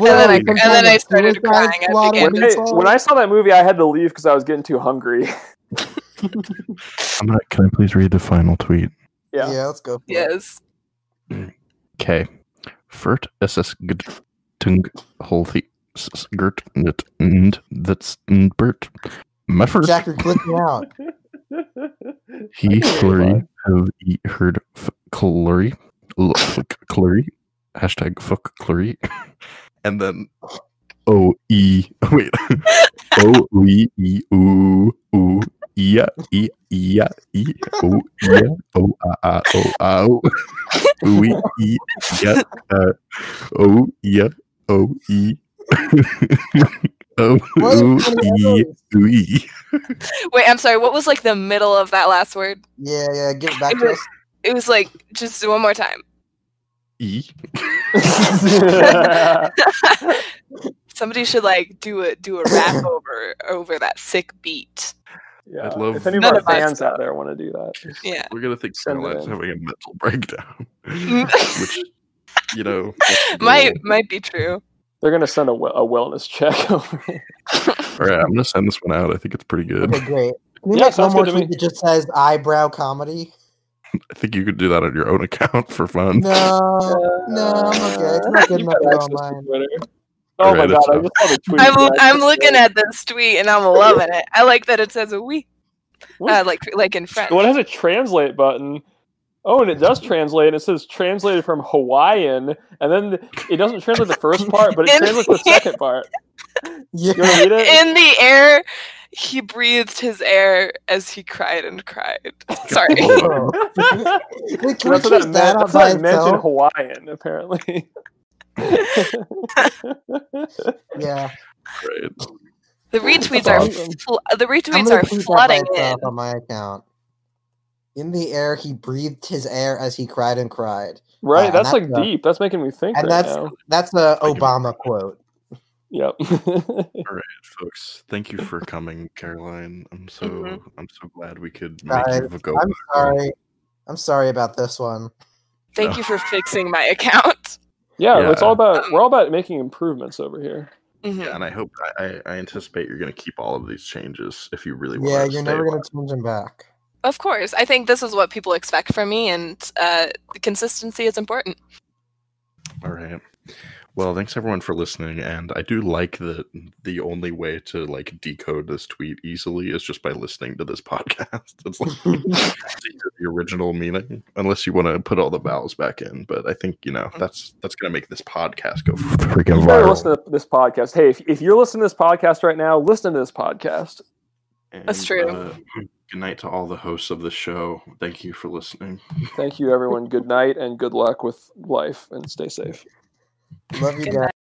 [SPEAKER 1] Well,
[SPEAKER 4] and then I
[SPEAKER 1] you can
[SPEAKER 4] and
[SPEAKER 1] find
[SPEAKER 4] then
[SPEAKER 1] a
[SPEAKER 4] I started
[SPEAKER 1] suicide
[SPEAKER 4] crying. I
[SPEAKER 1] squad
[SPEAKER 4] began
[SPEAKER 1] woman.
[SPEAKER 4] to-
[SPEAKER 2] Hey, [laughs] when I saw that movie, I had to leave because I was getting
[SPEAKER 1] [laughs]
[SPEAKER 2] too hungry. [laughs]
[SPEAKER 3] I'm gonna. Can I please read the final tweet?
[SPEAKER 1] yeah.
[SPEAKER 2] Yeah.
[SPEAKER 1] let's go. For it.
[SPEAKER 4] yes,
[SPEAKER 3] Okay. Furt SS Gert Tung Holthi s- Gert Nut Nd That's N- Bert Meffert
[SPEAKER 1] Jack, you're clicking out.
[SPEAKER 2] [laughs]
[SPEAKER 3] He
[SPEAKER 2] I can read
[SPEAKER 3] Slurry
[SPEAKER 2] mine.
[SPEAKER 3] Have Ye Heard f- Clury L- fuck Clury Hashtag Fuck Clury [laughs] And then O E [laughs] Wait O E E O O Yeah E Yeah E O Yeah O A A O A O [laughs] E, Oui, i, ja, uh, oh, ja, oh, [laughs] i. oh,
[SPEAKER 1] What is going
[SPEAKER 3] ooh, i,
[SPEAKER 1] on?
[SPEAKER 3] oui.
[SPEAKER 4] wait. I'm sorry. What was like the middle of that last word?
[SPEAKER 1] Yeah, yeah. Give it back
[SPEAKER 2] [laughs]
[SPEAKER 1] to us.
[SPEAKER 4] It was like just one more time.
[SPEAKER 3] I.
[SPEAKER 4] Somebody should like do a do a
[SPEAKER 1] [coughs]
[SPEAKER 4] rap over over that sick beat.
[SPEAKER 2] yeah.
[SPEAKER 3] I'd love-
[SPEAKER 2] if any of
[SPEAKER 4] None
[SPEAKER 2] our
[SPEAKER 4] of us-
[SPEAKER 2] fans out there want to do that,
[SPEAKER 4] Yeah.
[SPEAKER 3] We're going to think
[SPEAKER 2] Send it
[SPEAKER 3] [laughs] Caroline's
[SPEAKER 2] in.
[SPEAKER 3] having a mental breakdown.
[SPEAKER 4] Mm.
[SPEAKER 3] which, [laughs] you [laughs] know,
[SPEAKER 4] [laughs]
[SPEAKER 3] oh,
[SPEAKER 4] might might be true.
[SPEAKER 2] they're gonna send a, we- a wellness check [laughs] over. it.
[SPEAKER 3] All right, I'm going to send this one out. I think it's pretty good.
[SPEAKER 1] Okay, great. Can we make
[SPEAKER 2] Yeah,
[SPEAKER 1] one
[SPEAKER 2] sounds
[SPEAKER 1] more
[SPEAKER 2] good to me.
[SPEAKER 1] tweet that just says eyebrow
[SPEAKER 2] [laughs]
[SPEAKER 1] comedy?
[SPEAKER 3] I think you could do that on your own account for fun.
[SPEAKER 4] [laughs]
[SPEAKER 1] No, no, I'm okay. It's not good
[SPEAKER 2] Uh, [laughs] You
[SPEAKER 1] enough
[SPEAKER 2] got
[SPEAKER 1] to go
[SPEAKER 2] access to
[SPEAKER 1] online.
[SPEAKER 2] Twitter. Oh
[SPEAKER 3] All
[SPEAKER 2] my
[SPEAKER 3] right,
[SPEAKER 2] god!
[SPEAKER 3] that's
[SPEAKER 2] I
[SPEAKER 3] enough.
[SPEAKER 2] just saw the tweet.
[SPEAKER 4] I'm I'm looking at this tweet and I'm loving it. I like that it says a we, uh, like like in French.
[SPEAKER 2] Well, it has a translate button. Oh, and it does translate. And it says translated from Hawaiian, and then it doesn't translate the
[SPEAKER 4] [laughs]
[SPEAKER 2] first part, but it
[SPEAKER 4] And-
[SPEAKER 2] translates the second part. You
[SPEAKER 1] Yeah.
[SPEAKER 2] want to read [laughs] it?
[SPEAKER 4] [laughs] in the air, he breathed his air as he cried
[SPEAKER 1] [laughs]
[SPEAKER 4] and cried. Sorry.
[SPEAKER 1] Oh. Wait, Can we
[SPEAKER 2] That's what
[SPEAKER 1] choose
[SPEAKER 2] it
[SPEAKER 1] that
[SPEAKER 2] meant.
[SPEAKER 1] out
[SPEAKER 2] That's
[SPEAKER 1] by
[SPEAKER 2] what it meant in
[SPEAKER 1] itself?
[SPEAKER 2] Hawaiian, apparently. [laughs]
[SPEAKER 1] Yeah.
[SPEAKER 3] Right.
[SPEAKER 4] The retweets are
[SPEAKER 2] Awesome.
[SPEAKER 4] fl- the
[SPEAKER 1] I'm
[SPEAKER 4] retweets
[SPEAKER 1] gonna
[SPEAKER 4] are
[SPEAKER 1] tweet that by
[SPEAKER 4] flooding in.
[SPEAKER 1] itself on my account. In the air, he breathed his air as he cried and cried,
[SPEAKER 2] right?
[SPEAKER 1] and
[SPEAKER 2] that's
[SPEAKER 1] that's
[SPEAKER 2] like
[SPEAKER 1] a-
[SPEAKER 2] deep. That's making me think.
[SPEAKER 1] and
[SPEAKER 2] right
[SPEAKER 1] that's
[SPEAKER 2] now.
[SPEAKER 1] that's a
[SPEAKER 3] Thank you.
[SPEAKER 1] Obama quote.
[SPEAKER 2] yep. [laughs]
[SPEAKER 3] All right, folks. Thank you for coming, Caroline. I'm so
[SPEAKER 4] Mhm.
[SPEAKER 3] I'm so glad we could make
[SPEAKER 1] Mm-hmm. Guys,
[SPEAKER 3] you go.
[SPEAKER 1] I'm sorry, I'm sorry about this one.
[SPEAKER 4] Thank you for fixing my account.
[SPEAKER 2] Yeah,
[SPEAKER 3] Yeah.
[SPEAKER 2] it's all about we're all about making improvements over here.
[SPEAKER 4] Mhm.
[SPEAKER 3] Yeah, and I hope I, I- I anticipate you're going to keep all of these changes if you really want.
[SPEAKER 1] Yeah,
[SPEAKER 3] to
[SPEAKER 1] you're
[SPEAKER 3] stay
[SPEAKER 1] never
[SPEAKER 3] alive.
[SPEAKER 1] gonna change him back.
[SPEAKER 4] Of course, I think this is what people expect from me, and uh, consistency is important.
[SPEAKER 3] All right. Well, thanks everyone for listening, and I do like that the only way to like decode this tweet easily is just by listening to this [laughs] podcast. It's like see the original meaning, unless you want to put all the vowels back in. But I think you know that's that's going to make this podcast go freaking
[SPEAKER 2] You better listen to this podcast. Hey, if, if you're listening to this podcast right now, listen to this podcast.
[SPEAKER 4] That's
[SPEAKER 3] And,
[SPEAKER 4] true.
[SPEAKER 3] uh, good night to all the hosts of the show. Thank you for listening.
[SPEAKER 2] Thank you, everyone. Good night and good luck with life, and stay safe.
[SPEAKER 1] Love you
[SPEAKER 4] Good
[SPEAKER 1] guys.